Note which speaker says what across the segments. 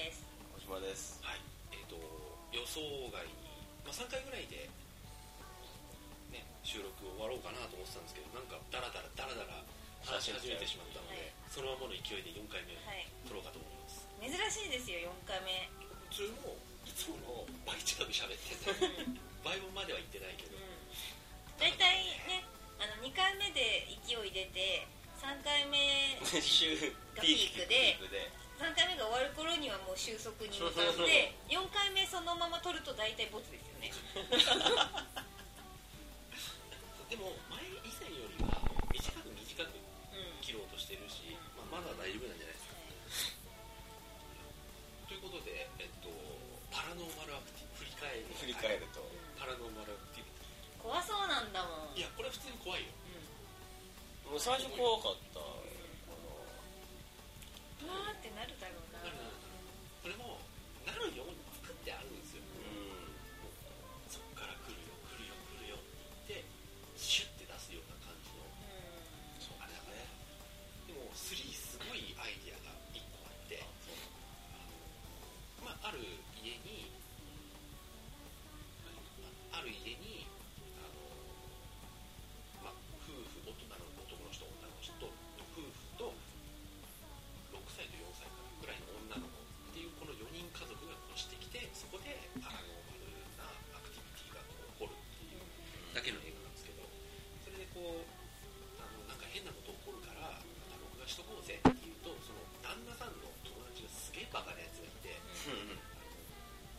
Speaker 1: 木場です
Speaker 2: はいえー、と予想外に、まあ、3回ぐらいで、ね、収録終わろうかなと思ってたんですけどなんかダラダラダラダラ話し始めてしまったので、
Speaker 3: はい
Speaker 2: そのままの勢いで4回目を
Speaker 3: はい
Speaker 2: 撮ろうかと思います、
Speaker 3: 珍しいですよ4回目
Speaker 2: 普通もいつもの倍近く喋って て倍分までは行ってないけど、
Speaker 3: 大体 ねあの2回目で勢い出て3回目
Speaker 1: 週
Speaker 3: がピークで
Speaker 1: ピークで
Speaker 3: 3回目が終わる頃にはもう収束に向かって4回目そのまま撮ると大体ボツですよね
Speaker 2: でも前以前よりは短く短く
Speaker 3: うん
Speaker 2: 切ろうとしてるし、まあ、まだ大丈夫なんじゃないですかということで、えっと、パラノーマルアクティブ振り返る
Speaker 1: 振り返ると
Speaker 2: パラノーマルアクティビ
Speaker 3: 怖そうなんだもん
Speaker 2: ティいやこれは普通に怖いよ
Speaker 3: う
Speaker 1: もう最初怖かったあ
Speaker 3: んわーってなるだろうな
Speaker 2: なるなるそれもなるように作ってあるんですよ、
Speaker 1: のう
Speaker 2: そっから来るよ来るよ来るよって言ってシュッて出すような感じの
Speaker 3: う
Speaker 2: あれだからねでも3すごいアイディアが1個あってあの、まあ、ある家にある家にあの、まあ、夫婦おとあの男の人女の人と夫婦と6歳と4歳かなぐらいの女の子っていうこの4人家族が越してきてそこでパラノーマルなアクティビティがこう起こるっていうだけの映画なんですけどそれでこうあのなんか変なこと起こるからまた録画しとこうぜって言うとその旦那さんの友達がすげえバカなやつがいて
Speaker 1: ん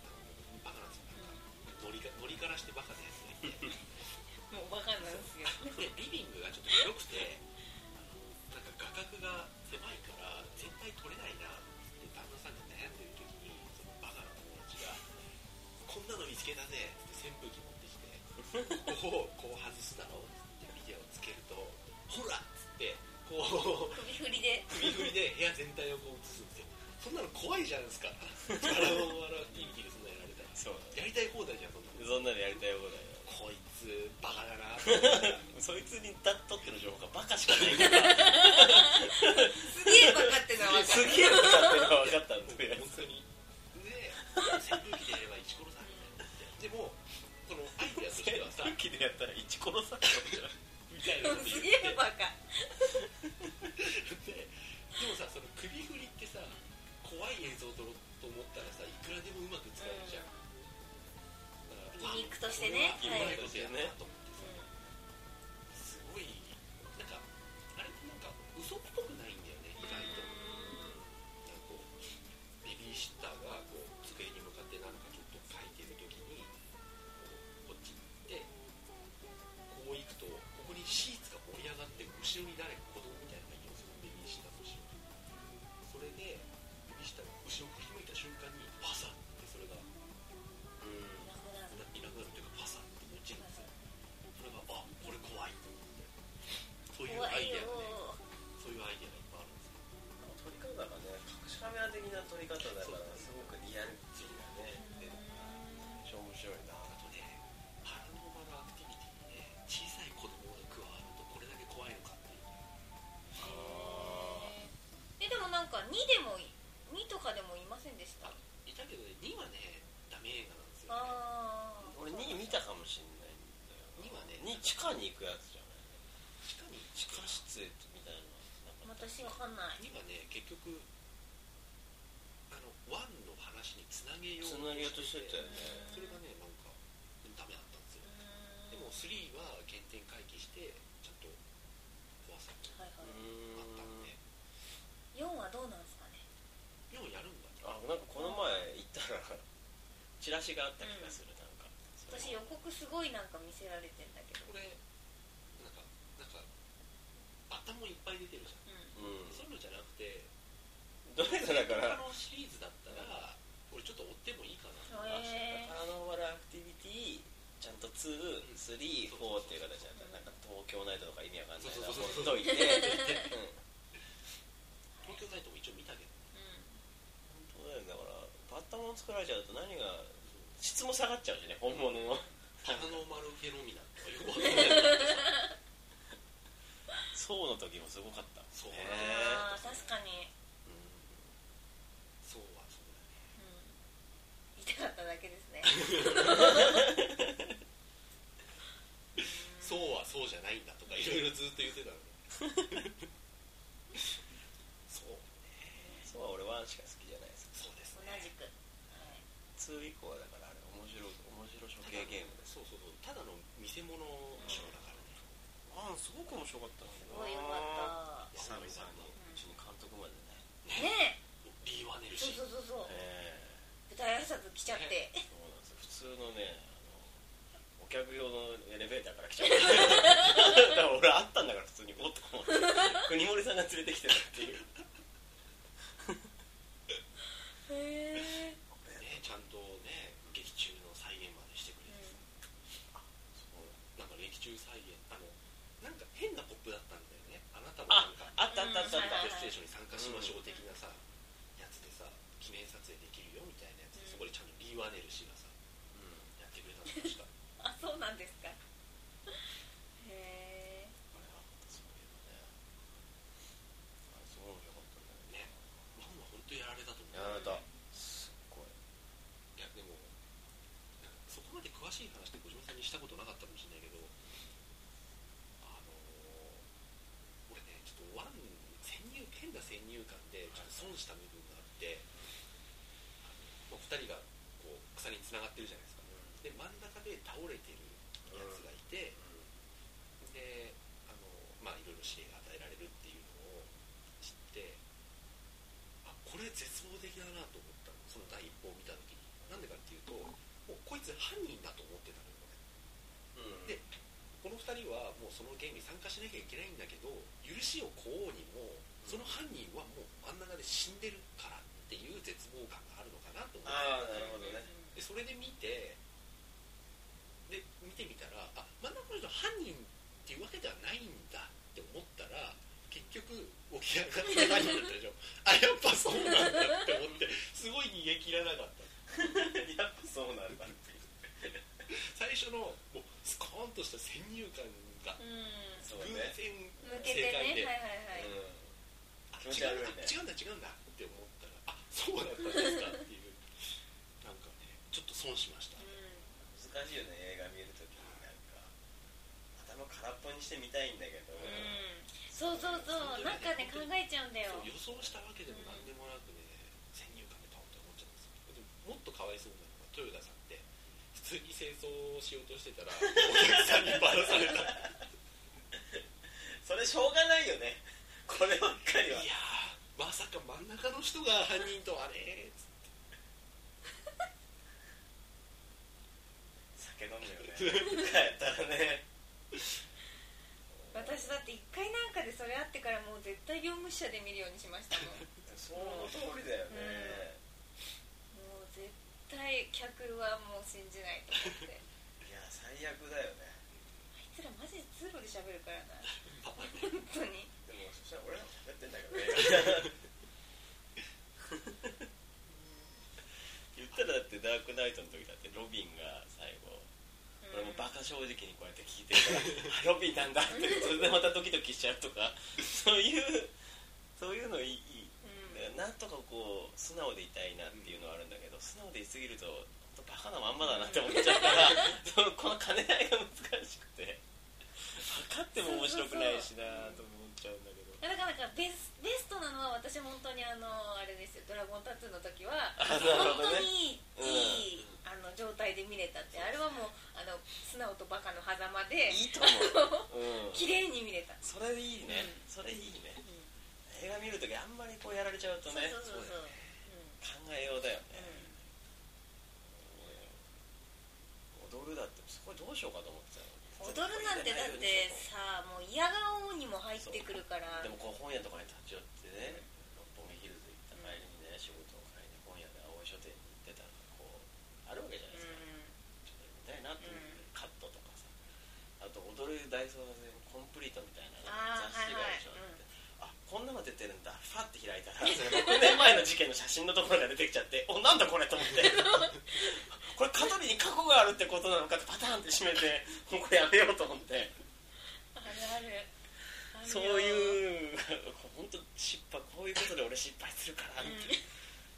Speaker 2: あのバカなんですよなんかノリがノリからしてバカなやつがいて
Speaker 3: んもうバカなんですよ
Speaker 2: でリビングがちょっと広くてあのなんか画角が狭いから全体撮れないなって旦那さんが悩んでる時にそのバカな友達が「こんなの見つけたぜ」って扇風機持ってきて「ここをこう外すだろ」ってビデオをつけると「ほら!」っつってこう
Speaker 3: 首振りで
Speaker 2: 首振りで部屋全体をこう映すんですよそんなの怖いじゃないですか力を笑う TV でそんなやられたら
Speaker 1: そう
Speaker 2: やりたい放題じゃんそんなの
Speaker 1: そんなのやりたい放題だ
Speaker 2: こいつバカだなって
Speaker 1: そいつにだっとっての情報がバカしかないから
Speaker 3: すげえバカってのは 分か
Speaker 1: す
Speaker 3: る
Speaker 1: げえバカってのが分かったん
Speaker 2: 本
Speaker 1: で
Speaker 2: 当にで扇風機でやれば一殺さんみたいなでもこのアイデアとしてはさ
Speaker 1: 空気でやったら一殺されたんじゃん
Speaker 2: みたいなこと言
Speaker 3: す
Speaker 2: っ
Speaker 3: げえ
Speaker 2: て
Speaker 3: バカ
Speaker 2: ででもさその首振りってさ怖い映像を撮ろうと思ったらさいくらでもうまく使えるじゃん、だから
Speaker 3: ギミックとしてね
Speaker 2: あこれはうまいことやなと思ってさ、すごいなんかあれってなんか嘘っぽくないんだよね意外となんかこうベビーシッターがこう机に向かってなんかちょっと書いてる時にこうこっち行ってこう行くとここにシーツが盛り上がって後ろに誰か子供みたいなのがいるんですよベビーシッターとしてそれでベビーシッターが後ろを振り向いた瞬間にパサってそれがいなくなるというかパサって落ちるんですよそれがあこれ怖いと思ってそういう
Speaker 3: 怖
Speaker 2: ア
Speaker 3: い
Speaker 2: イデア
Speaker 3: よ
Speaker 2: がねそういうアイデアがいっぱいあるんですよ
Speaker 1: 撮り方がね隠しカメラ的な撮り方だからすごくリアルっていうかねで面白いな
Speaker 2: あとねパラノーマルアクティビティにね小さい子供が加わるとこれだけ怖いのかっていう
Speaker 3: えでもなんか2でもい2とかでもいませんでした
Speaker 2: いたけどね2はねダメ映画なんですよ、ね、
Speaker 3: ああ
Speaker 1: 俺2見たかもしんないんだ
Speaker 2: 2
Speaker 1: よ
Speaker 2: はね
Speaker 1: 2地下に行くやつじゃない
Speaker 2: 確かに
Speaker 1: 地下室みたいなのなんか
Speaker 3: 私わかんない
Speaker 2: 2はね結局あの1の話につなげよ
Speaker 1: つ
Speaker 2: う
Speaker 1: なげようとしてたよね
Speaker 2: それがねなんかダメだったんですよでも3は原点回帰してちゃんと怖さが
Speaker 3: はいは
Speaker 1: う
Speaker 3: い
Speaker 2: あったんで
Speaker 1: ーん
Speaker 3: 4はどうなんですかね
Speaker 2: 4やるんだね
Speaker 1: あなんかこの前行ったらチラシがあった気がするなんか
Speaker 3: 私予告すごいなんか見せられてんだけど
Speaker 2: これなんかなんか頭いっぱい出てるじゃん
Speaker 3: う
Speaker 1: うん
Speaker 2: そういうのじゃなくて
Speaker 1: どれかだ
Speaker 2: 他
Speaker 1: から
Speaker 2: のシリーズだったら俺ちょっと追ってもいいかな
Speaker 1: パ
Speaker 3: んへえ
Speaker 1: ラノーマルアクティビティちゃんと234っていう形なんだなんか東京ナイトとか意味わかんな
Speaker 2: そ
Speaker 1: いな
Speaker 2: うそう
Speaker 1: ほ
Speaker 2: そうそう
Speaker 1: っといて、うん、
Speaker 2: 東京ナイトも一応見たけど
Speaker 3: ん
Speaker 1: 本当だよねだからバッタモン作られちゃうと何が質も下がっちゃうしね本物の
Speaker 2: パラノーマルフェノミナンとかよくわかんない
Speaker 1: そうの時もすごかった
Speaker 2: そう
Speaker 1: ね
Speaker 2: ね
Speaker 3: ああ確かに
Speaker 1: うん
Speaker 2: そうはそうだね
Speaker 3: うってなっただけですね
Speaker 2: そうはそうじゃないんだとかいろいろずっと言ってたのねそう
Speaker 1: そうは俺ワンしか好きじゃないです
Speaker 2: そうです
Speaker 3: 同
Speaker 2: ね
Speaker 3: じく、はい
Speaker 1: 2以降はだからあれ面白い面白処刑ゲームです
Speaker 2: そうそうそうただの見せ物ショーだからね
Speaker 1: ワンすごく面白かった
Speaker 3: すごいよかっ
Speaker 1: 久々にうちに監督までね
Speaker 3: たねえ
Speaker 2: リーワネル
Speaker 3: そ
Speaker 2: シ
Speaker 3: う
Speaker 2: ー
Speaker 3: そうそうそう
Speaker 1: ええ
Speaker 3: 舞台挨拶来ちゃって
Speaker 1: そうなんですよ普通のねあのお客用のエレベーターから来ちゃ っただから俺あったんだから普通におっと思って国森さんが連れてきてたっていう
Speaker 3: へえ
Speaker 2: ねちゃんとね劇中の再現までしてくれてそうなんか劇中再現あのなんか変なポップだったんだよねあなたも
Speaker 1: あ
Speaker 2: なんか
Speaker 1: あったあったあったあっ
Speaker 2: フェ
Speaker 1: た
Speaker 2: ステーションに参加しましょう的なさ、やつでさ記念撮影できるよみたいなやつで、
Speaker 3: うん
Speaker 2: そこでちゃんとリー・ワネル氏がさやってくれたの確か
Speaker 3: あそうなんですかへえ
Speaker 2: ワンは本当やられたと思う
Speaker 1: やられたすっごい
Speaker 2: いやでもなんかそこまで詳しい話って小島さんにしたことなかったかもしれないけどあのー俺ねちょっとワン先入変な先入観でちょっと損した部分があって、あのまあ二人がこう鎖に繋がってるじゃないですかで真ん中で倒れてるやつがいて、であのまあいろいろ指令が与えられるっていうのを知ってあこれ絶望的だなと思ったのその第一報を見た時になんでかっていうともうこいつ犯人だと思ってたのよね
Speaker 1: うん
Speaker 2: でこの2人はもうそのゲームに参加しなきゃいけないんだけど許しを請おうにもその犯人はもう真ん中で死んでるからっていう絶望感があるのかなと思って
Speaker 1: ああなるほどね
Speaker 2: でそれで見てで見てみたらあ真ん中の人犯人っていうわけではないんだって思ったら結局起き上がった犯人だったでしょ あやっぱそうなんだって思ってすごい逃げ切らなかった
Speaker 1: やっぱそうなんだ
Speaker 2: 最初のもうスコーンとした先入観が
Speaker 3: うん
Speaker 1: そう
Speaker 2: 偶然
Speaker 1: ね
Speaker 3: 向け
Speaker 2: 正
Speaker 3: てね
Speaker 2: 解で、
Speaker 3: はいはいはい
Speaker 1: うん
Speaker 2: あ
Speaker 1: 気持ち悪いね
Speaker 2: 違うんだ違うんだ違うんだって思ったらあそうだったんですかっていうなんかねちょっと損しました、
Speaker 3: う
Speaker 1: 難しいよね映画見るときになんか頭空っぽにして見たいんだけど
Speaker 3: んうんそうそうそうなんかね考えちゃうんだよ
Speaker 2: そう予想したわけでも何でもなくね、先入観でパンって思っちゃうんですよでももっとかわいそうなのが豊田さんって普通に清掃をしようとしてたらお客さんにバラされた
Speaker 1: それしょうがないよね こればっかりはい
Speaker 2: やーまさか真ん中の人が犯人とはねーっつっ
Speaker 1: 酒飲むよね帰ったらね
Speaker 3: 私だって一回なんかでそれあってからもう絶対業務者で見るようにしましたもん
Speaker 1: その通りだよね、
Speaker 3: もう絶対客はもう信じないと思っ て
Speaker 1: いや最悪だよね
Speaker 3: あいつらマジで通路で喋るからな
Speaker 2: てまあね
Speaker 3: 本当に
Speaker 1: でもそしたら俺らも喋ってんだけどね 言ったらだってダークナイトの時だってロビンが最後俺もバカ正直にこうやって聞いてるからあロビンなんだってそれでまたドキドキしちゃうとかそういうそういうのいい
Speaker 3: うん
Speaker 1: だからなんとかこう素直でいたいなっていうのはあるんだけど素直でいすぎると本当バカなまんまだなって思っちゃう からそのこの兼ね合いが難しくて分かっても面白くないしなと思っちゃうんだけど
Speaker 3: だからなんかベスベストなのは私本当にあのあれですよ「ドラゴンタトゥー」の時は
Speaker 1: あなる
Speaker 3: 本
Speaker 1: ほど
Speaker 3: 当
Speaker 1: ね
Speaker 3: にいい,、いいあの状態で見れたってあれはもうあの素直とバカの狭間で
Speaker 1: いいと思う、うん、
Speaker 3: 綺麗に見れた、
Speaker 1: それいいねそれいいね映画見るときあんまりこうやられちゃうと
Speaker 3: そう
Speaker 1: ね
Speaker 3: そうそうそう
Speaker 1: そうだよね考えようだよね、踊るだってそこどうしようかと思ってた
Speaker 3: うん、踊
Speaker 1: よ
Speaker 3: るなんてだってさもう嫌顔にも入ってくるから
Speaker 1: でもこう本屋とかに立ち寄ってね六本木ヒルズ行った帰りにね仕事を帰りに本屋で青い書店に行ってたらこうあるわけじゃ
Speaker 3: う
Speaker 1: なんいですか、ちょっと見たいなと思って、カットとかさあと踊る大捜査線コンプリートみたいな
Speaker 3: あー
Speaker 1: 雑誌があるでしょ、
Speaker 3: はいはい
Speaker 1: ってあこんなの出てるんだファって開いたらそれ6年前の事件の写真のところが出てきちゃっておなんだこれと思ってこれ香取に過去があるってことなのかってパターンって閉めてもうこれやめようと思って
Speaker 3: あるあるあるよ
Speaker 1: そういう本当失敗こういうことで俺失敗するからって、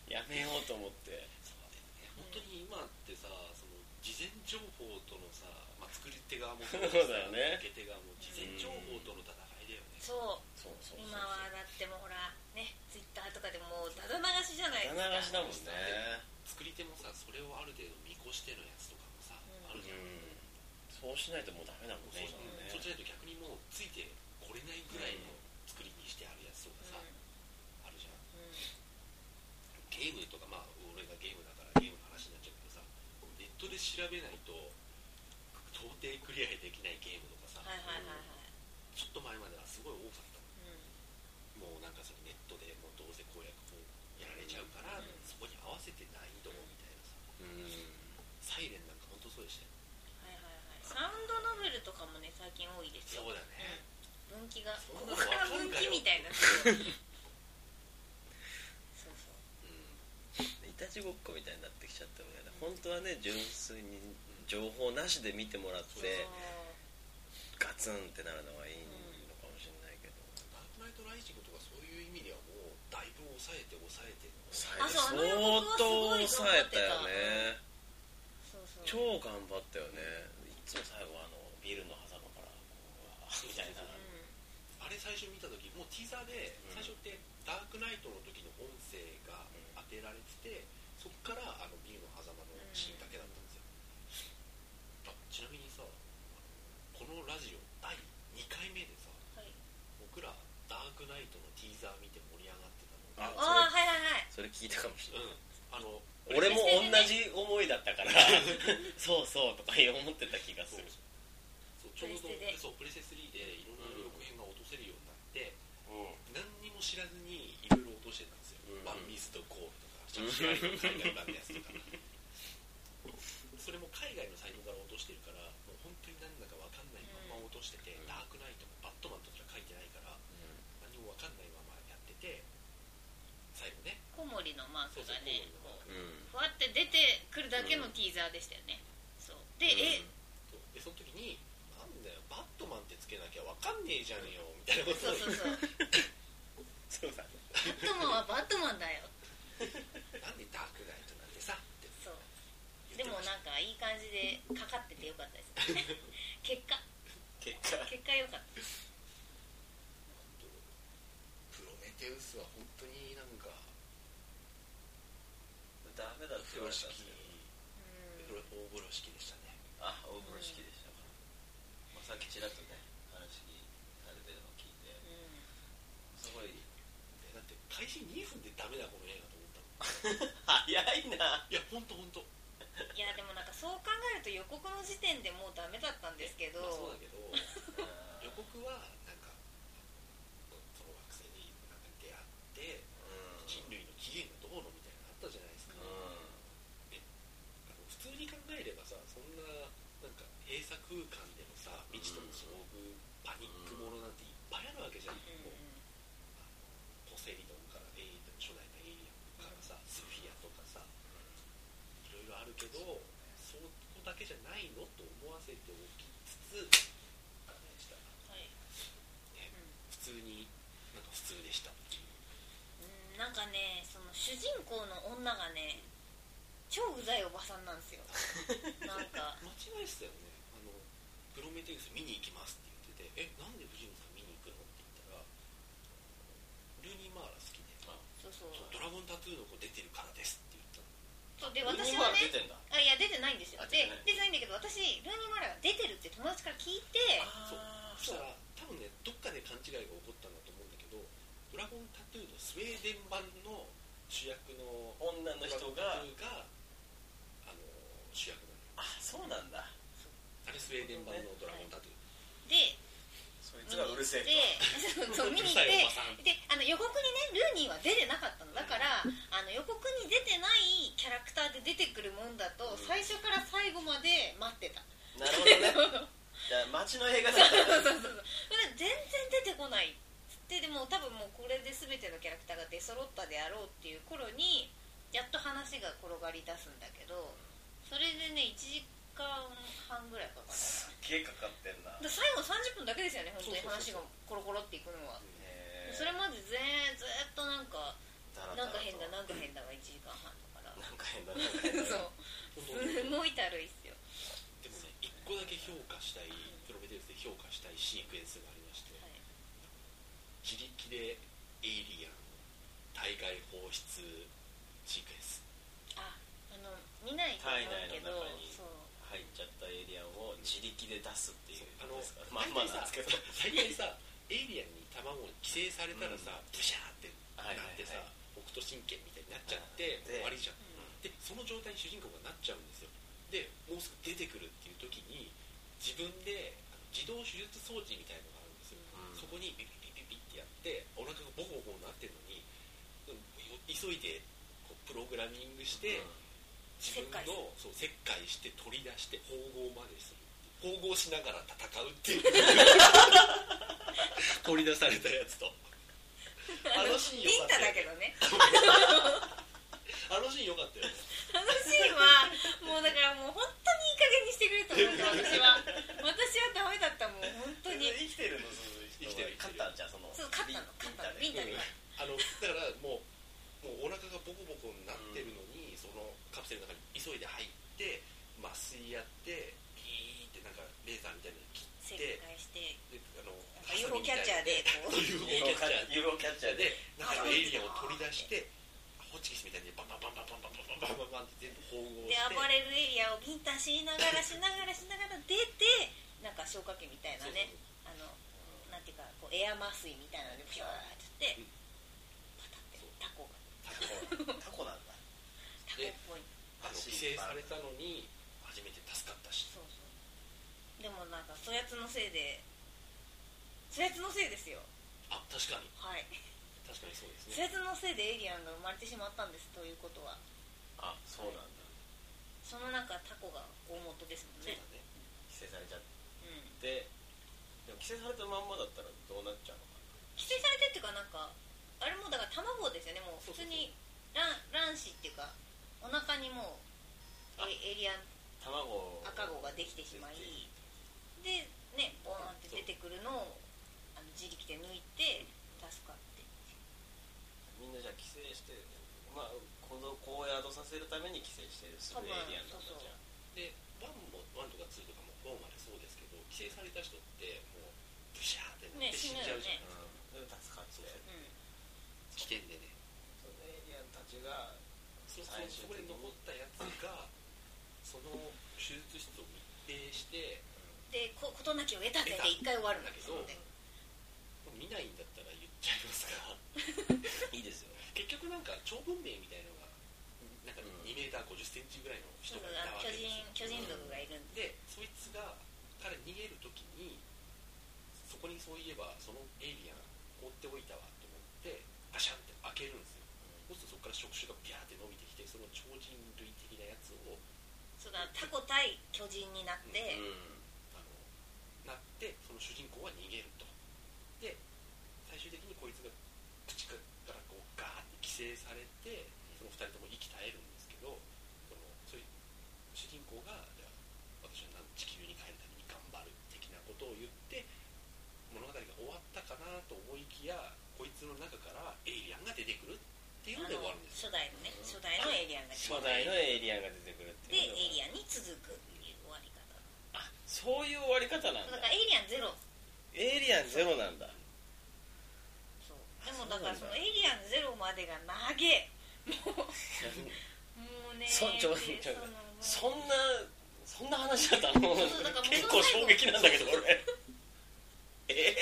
Speaker 1: やめようと思って
Speaker 2: そうだよね本当に今ってさその事前情報とのさ、まあ、作り手 側も
Speaker 1: そうだよね
Speaker 2: 受け手側も事前情報との戦いだよね
Speaker 3: そう
Speaker 1: そうそうそう
Speaker 3: 今はだってもうほらねツイッターとかでもうだだ流しじゃない
Speaker 1: 棚流
Speaker 3: で
Speaker 1: し
Speaker 3: す
Speaker 1: だ
Speaker 3: か
Speaker 1: もんね
Speaker 2: 作り手もさそれをある程度見越してのやつとかもさ、
Speaker 3: ん
Speaker 2: あ
Speaker 1: うん
Speaker 2: るじゃん、
Speaker 1: そうしないともうダメだもん
Speaker 2: そう
Speaker 1: ね
Speaker 2: じゃん
Speaker 1: 今ね
Speaker 2: そうじゃないと逆にもうついてこれないぐらいの作りにしてあるやつとかさ、あるじゃん
Speaker 3: うんうん
Speaker 2: ゲームとかまあ俺がゲームだからゲームの話になっちゃうけどさネットで調べないと到底クリアできないゲームとかさ、
Speaker 3: はいはいはいはい
Speaker 2: ちょっと前まではすごい多かった
Speaker 3: うん
Speaker 2: もうなんかそのネットでもうどうせ攻略法やられちゃうから、
Speaker 3: うん
Speaker 2: そこに合わせて難易度をみたいなさ
Speaker 1: うん
Speaker 2: サイレンなんか本当そうでしたよ
Speaker 3: はいはいはいサウンドノベルとかもね最近多いですよ
Speaker 2: そうだね、
Speaker 3: 分岐が
Speaker 2: そ
Speaker 3: こ
Speaker 2: う
Speaker 3: こから分岐みたいなそうそう
Speaker 2: うん
Speaker 1: いたちごっこみたいになってきちゃっても嫌だ本当はね純粋に情報なしで見てもらっ
Speaker 3: そう
Speaker 1: てガツンってなるのはいいのかもしれないけど
Speaker 2: ダークナイトライジングとかそういう意味ではもうだいぶ抑えて抑えての
Speaker 1: 抑
Speaker 3: あ
Speaker 1: えて
Speaker 3: そうあの予告
Speaker 1: 相当
Speaker 3: はす
Speaker 1: 抑
Speaker 3: ごい
Speaker 1: えたよね
Speaker 3: そうそう
Speaker 1: 超頑張ったよねいつも最後あのビールの狭間からこううわーみたいな
Speaker 3: う
Speaker 2: あ
Speaker 3: ん
Speaker 2: れ最初見た時もうティーザーで
Speaker 1: う
Speaker 2: 最
Speaker 1: ん
Speaker 2: 初ってダークナイトの時の音声が当てられててそっからあのビルの狭間のシーンだけだったんですよ、あちなみにさあのこのラジオ第2回目でさ
Speaker 3: はい
Speaker 2: 僕らダークナイトのティーザー見て盛り上がってた
Speaker 1: あ
Speaker 2: の
Speaker 3: ああはいはいはい
Speaker 1: それ聞いたかもしれない
Speaker 2: うんあの
Speaker 1: 俺も同じ思いだったから そうそうとか思ってた気がす
Speaker 2: そう
Speaker 1: る
Speaker 2: そうちょうど
Speaker 3: プレステで
Speaker 2: そうプレセ3でいろんな予告編が落とせるようになって、
Speaker 1: うん
Speaker 2: 何にも知らずにいろいろ落としてたんですよ、
Speaker 1: うん
Speaker 2: ワンミスとゴールとかちょっと知らない海外版のやつとかそれも海外のサイトから落としてるからもう本当に何だか分かんないまま落としてて、
Speaker 1: うん
Speaker 2: ダークナイトもバットマンとか書いてないから何も分かんないままやってて最後ね
Speaker 3: コモリのマークがね
Speaker 2: そうそうコモリのマーク
Speaker 3: こうふわ
Speaker 1: うん
Speaker 3: って出てくるだけのティーザーでしたよねそうでえ
Speaker 2: そうでその時に「なんだよバットマンってつけなきゃ分かんねえじゃんよ」みたいなこと
Speaker 3: そうそうそう
Speaker 1: そうだね
Speaker 3: バットマンはバットマンだよ
Speaker 2: なんでダークナイトなんてさって
Speaker 3: そう
Speaker 2: 言って
Speaker 3: でも
Speaker 2: ました
Speaker 3: なんかいい感じでかかっててよかったで すね結果
Speaker 1: 結果
Speaker 3: 結果よかった
Speaker 2: プロメテウスは本当になんか
Speaker 1: ダメだって
Speaker 2: 風
Speaker 1: 言
Speaker 2: 呂
Speaker 1: われた
Speaker 2: 敷
Speaker 1: んですよ
Speaker 3: うん
Speaker 2: 大風呂敷でしたね
Speaker 1: あ大風呂敷でしたか、まあ、さっきちらっとね話聞されてるのを聞いて
Speaker 3: う
Speaker 1: すごい
Speaker 2: えだって開始2分でダメだこの映画と思ったもん
Speaker 1: 早いな
Speaker 2: や
Speaker 1: い
Speaker 2: 本当本当
Speaker 3: んいやでもなんかそう考えると予告の時点でもうダメだったんですけど、
Speaker 2: まあ、そうだけど
Speaker 1: うん
Speaker 2: 予告はなんかその惑星になんか出会って人類の起源がどうのみたいなのあったじゃないですか、あの普通に考えればさそんななんか閉鎖空間でのさ未知との遭遇パニックものなんていっぱいあるわけじゃん、
Speaker 3: うん
Speaker 2: もうポセイドンからエイリアン初代のエイリアンからさスフィアとかさいろいろあるけどそこだけじゃないのと思わせておきつつあれでした
Speaker 3: はい
Speaker 2: ね
Speaker 3: うん
Speaker 2: 普通になんか普通でした
Speaker 3: うんなんかねその主人公の女がね超うざいおばさんなん ですよなんか
Speaker 2: 間違いですよねあのプロメテウス見に行きますって言ってて「えなんで藤野さん見に行くの?」って言ったら「ルーニー・マーラ好きで
Speaker 3: そうそう
Speaker 2: そうドラゴンタトゥーの子出てるからです」って言ったの
Speaker 3: そうで私はね
Speaker 1: 出てんだ
Speaker 3: あいや出てないんですよ
Speaker 1: あ
Speaker 3: で出
Speaker 1: 出
Speaker 3: てないんだけど私ルーニー・マラが出てるって友達から聞いて
Speaker 1: あ
Speaker 2: そしたら多分ねどっかで勘違いが起こったんだと思うんだけどドラゴンタトゥーのスウェーデン版の主役の
Speaker 1: 女の人が
Speaker 2: ドラゴンタトゥーがあの主役なのよ
Speaker 1: あそうなんだ
Speaker 2: あれスウェーデン版のドラゴンタトゥー
Speaker 3: で
Speaker 1: そい
Speaker 3: 見に行ってそう見に行
Speaker 2: うる
Speaker 3: っ
Speaker 2: さいお
Speaker 3: て
Speaker 2: ばさん
Speaker 3: であの予告にねルーニーは出てなかったのだからあの予告に出てないキャラクターで出てくるもんだと
Speaker 1: うん
Speaker 3: 最初から最後まで待ってた
Speaker 1: なるほどね じゃあ街の映画だった
Speaker 3: そうそうそうそれで全然出てこないっつってでも多分もうこれで全てのキャラクターが出揃ったであろうっていう頃にやっと話が転がり出すんだけどそれでね1時間半ぐらいかかった
Speaker 1: すっげえかかって んな
Speaker 3: で最後30分だけですよね本当に話がコロコロっていくのは
Speaker 1: へー
Speaker 3: それまでぜずーっとなんか
Speaker 1: だ
Speaker 3: な
Speaker 1: らだら
Speaker 3: ん
Speaker 1: と
Speaker 3: か変だなんか変だが1時間半だから
Speaker 1: なんか変だななんか変だな
Speaker 3: そう
Speaker 2: この
Speaker 3: すごいだるいっすよ
Speaker 2: でもね一個だけ評価したいプロメテウスで評価したいシークエンスがありまして
Speaker 3: はい
Speaker 2: 自力でエイリアン体外放出シークエンス
Speaker 3: ああの見ないと思うけど
Speaker 1: 体内の中に
Speaker 3: そう
Speaker 1: 入っちゃったエイリアンを自力で出すっていう
Speaker 2: あの
Speaker 1: ですからまんまなんですけど
Speaker 2: 大体さエイリアンに卵を寄生されたらさ、ブシャーってな
Speaker 1: はいはいはい
Speaker 2: ってさ、北斗神拳みたいになっちゃって、
Speaker 1: で
Speaker 2: 終わりじゃん
Speaker 3: うん
Speaker 2: でその状態に主人公がなっちゃうんですよでもうすぐ出てくるっていう時に自分であの自動手術装置みたいのがあるんですよ、
Speaker 1: うん
Speaker 2: そこにビビビビビってやってお腹がボコボコになってるのにうん急いでこうプログラミングして、自分のそう切開して取り出して縫合までする縫合しながら戦う っていう取り出されたやつ とあのシーン
Speaker 3: ビ
Speaker 2: よ
Speaker 3: ン
Speaker 2: かっ
Speaker 3: タ
Speaker 2: た
Speaker 3: だけ
Speaker 2: よ
Speaker 3: どね
Speaker 2: あのシーンよかったよね
Speaker 3: あのシーンはもうだからもう本当にいい加減にしてくれと思う私は 私はダメだったもう本当に
Speaker 1: 生きてるのそうそう
Speaker 2: 生きてる
Speaker 1: 勝ったんじゃんその
Speaker 3: そう勝ったの勝ったのビンタで
Speaker 1: うん
Speaker 2: あのだからもうもうお腹がボコボコになってるのに、そのカプセルの中に急いで入って麻酔やってピーってなんかレーザーみたいなの切
Speaker 3: 正
Speaker 2: って
Speaker 3: 解して
Speaker 2: であの
Speaker 3: なんか UFO キャッチャーでこう
Speaker 2: ハサミみたいな UFO キャッチャーで
Speaker 1: UFO キャッチャーで
Speaker 2: で中のエイリアンを取り出してホチキスみたいにバンバンバンバンバンバンバンバンバンバンって全部縫合
Speaker 3: で
Speaker 2: して
Speaker 3: 暴れるエリアをビンタしながらしながらしながら出てなんか消火器みたいな
Speaker 2: そうそう
Speaker 3: ねあのなんていうかこうエア麻酔みたいなのでピューって
Speaker 2: うん
Speaker 3: パタってタコが
Speaker 2: そう
Speaker 1: タコなんだ
Speaker 3: タコっぽい
Speaker 2: あの寄生されたのに初めて助かったし
Speaker 3: そうそうでもなんかそやつのせいでそやつのせいですよ
Speaker 2: あ確かに
Speaker 3: はい
Speaker 2: 確かにそうです
Speaker 3: そ
Speaker 2: ね
Speaker 3: やつのせいでエイリアンが生まれてしまったんですということは
Speaker 1: あそうなんだ
Speaker 3: その中タコが大元ですもん
Speaker 2: そう
Speaker 3: ね
Speaker 2: だね
Speaker 1: 寄生されちゃっ
Speaker 3: うん
Speaker 1: てでも寄生されたまんまだったらどうなっちゃうのか
Speaker 3: 寄生されてっていうかなんかあれもだから卵ですよねもう普通に卵卵子っていうかお腹にもうエエリアン
Speaker 1: な卵を
Speaker 3: 赤子ができてしまいでねボーンって出てくるのをあの自力で抜いて助かって
Speaker 1: みんなじゃあ寄生してまあこの子を宿させるために寄生してるするエイリアンなんだじゃん
Speaker 2: でワンもワンとかツーとかも4までそうですけど寄生された人ってもうブシャーってなっ
Speaker 3: ね
Speaker 2: て死んじゃうじゃ
Speaker 3: 死
Speaker 2: ん
Speaker 3: ぬよね
Speaker 1: うんで助かって
Speaker 2: そうそう
Speaker 3: うん
Speaker 2: 危険でね
Speaker 1: そのエイリアンたちが
Speaker 2: そそ
Speaker 1: 最終
Speaker 2: そこ
Speaker 1: 的
Speaker 2: で
Speaker 1: に
Speaker 2: 残ったやつがその手術室を密閉して
Speaker 3: でこ事なきを得たぜで一回終わるんだけど
Speaker 2: そう見ないんだったら言っちゃいますが
Speaker 1: いいですよ
Speaker 2: 結局なんか超文明みたいのがなんか
Speaker 1: うん
Speaker 2: 2メーター5 0ンチぐらいの
Speaker 3: そ
Speaker 2: 人
Speaker 3: う
Speaker 2: がい
Speaker 3: あ
Speaker 2: た
Speaker 3: の
Speaker 2: わ
Speaker 3: 巨
Speaker 2: けですよ
Speaker 3: 人巨人族がいるんで
Speaker 2: でそいつが彼逃げる時にそこにそういえばそのエイリアン放っておいたわと思ってガシャンって開けるんですよそうするとそこから触手がビャーって伸びてきてその超人類的なやつを
Speaker 3: そうだタコ対巨人になって、
Speaker 1: うん
Speaker 2: あのなってその主人公は逃げるとで最終的にこいつが口からこうガーって寄生されてその2人とも息絶えるんですけどそのそういう主人公がじゃあ私はなん地球に帰るために頑張る的なことを言って物語が終わったかなと思いきやこいつの中からエイリアンが出てくるっていうの
Speaker 3: あ
Speaker 2: で終わる
Speaker 3: の
Speaker 2: んですよ
Speaker 3: 初代のね初代のエイリアンが来て
Speaker 1: 初代のエイリアンが出てくるっ
Speaker 3: で
Speaker 1: ていうのが
Speaker 3: エイリアンに続くっていう終わり方
Speaker 1: あそういう終わり方なん
Speaker 3: そうだ
Speaker 1: だ
Speaker 3: からエイリアンゼロ
Speaker 1: エイリアンゼロなん だ
Speaker 3: そう
Speaker 1: あ
Speaker 3: でもだからそ
Speaker 1: そう
Speaker 3: の
Speaker 1: なんだ
Speaker 3: エイリアンゼロまでが長えもうもうね
Speaker 1: そちょ
Speaker 3: で
Speaker 1: ちょ
Speaker 3: そのもう
Speaker 1: そんなそんな話だったの
Speaker 3: そうだから
Speaker 1: 結構衝撃なんだけど俺え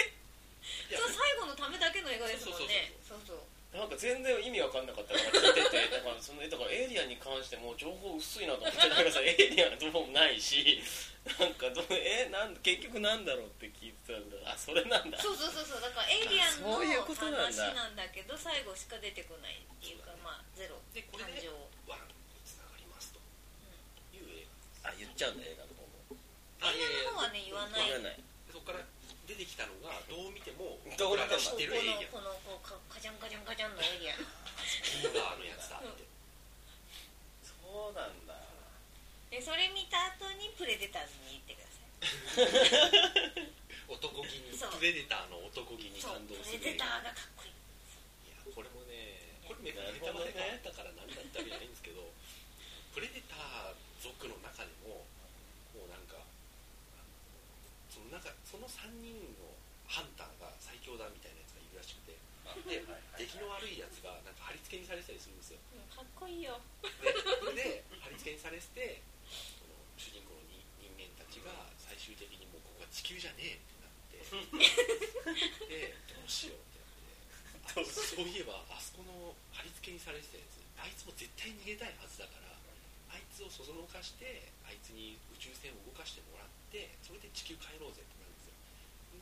Speaker 2: いや
Speaker 3: そう最後のためだけの映画ですもんねそうそう
Speaker 1: なんか全然意味わかんなかったから聞いててだからそのだからエイリアンに関してもう情報薄いなと思ってだからさエイリアンの情報もないしなんかどうえなん結局なんだろうって聞いてたんだあそれなんだ
Speaker 3: そうそうそうそうだからエイリアンの
Speaker 1: そういうことなんだ
Speaker 3: 話なんだけど最後しか出てこないっていうかまあゼロ
Speaker 2: でこ
Speaker 3: 感
Speaker 2: れで
Speaker 3: 情
Speaker 2: ワンにつながりますという映
Speaker 1: あ言っちゃうんだ映画の方も
Speaker 2: 画いやいやい
Speaker 3: 映
Speaker 2: や
Speaker 3: 画の方はね言わない
Speaker 1: 言わない
Speaker 2: そこから出てきたのがどう見ても
Speaker 1: どう見ても
Speaker 2: 俺が知ってるエイリアン
Speaker 3: このこのこうかカジャンカジャンカジャンのエイリア
Speaker 2: ビ
Speaker 3: ン
Speaker 2: ーバーのやつだって
Speaker 1: そうなんだ
Speaker 3: でそれ見た後にプレデターズに行ってください
Speaker 2: 男気に
Speaker 3: そ
Speaker 2: プ
Speaker 3: う
Speaker 2: レデターの男気に
Speaker 3: そ
Speaker 2: 感
Speaker 3: うプ
Speaker 2: 動する
Speaker 3: レ
Speaker 2: い
Speaker 3: デ
Speaker 2: や
Speaker 3: ターがかっこいい
Speaker 2: これもねこれめ
Speaker 1: な
Speaker 2: っ
Speaker 1: る
Speaker 2: ちゃ
Speaker 1: ほどね
Speaker 2: だったから何だったわけじゃないんですけどその3人のハンターが最強だみたいなやつがいるらしくて
Speaker 1: まあ
Speaker 2: で
Speaker 1: はいはいはい
Speaker 2: 敵の悪いやつがなんか貼り付けにされてたりするんですよ
Speaker 3: うんかっこいいよ
Speaker 2: でで貼り付けにされててその主人公のに人間たちが最終的にもうここは地球じゃねえってなってでどうしようってなってあそういえばあそこの貼り付けにされてたやつあいつも絶対逃げたいはずだからあいつをそそのかしてあいつに宇宙船を動かしてもらってそれで地球帰ろうぜってなるんですよ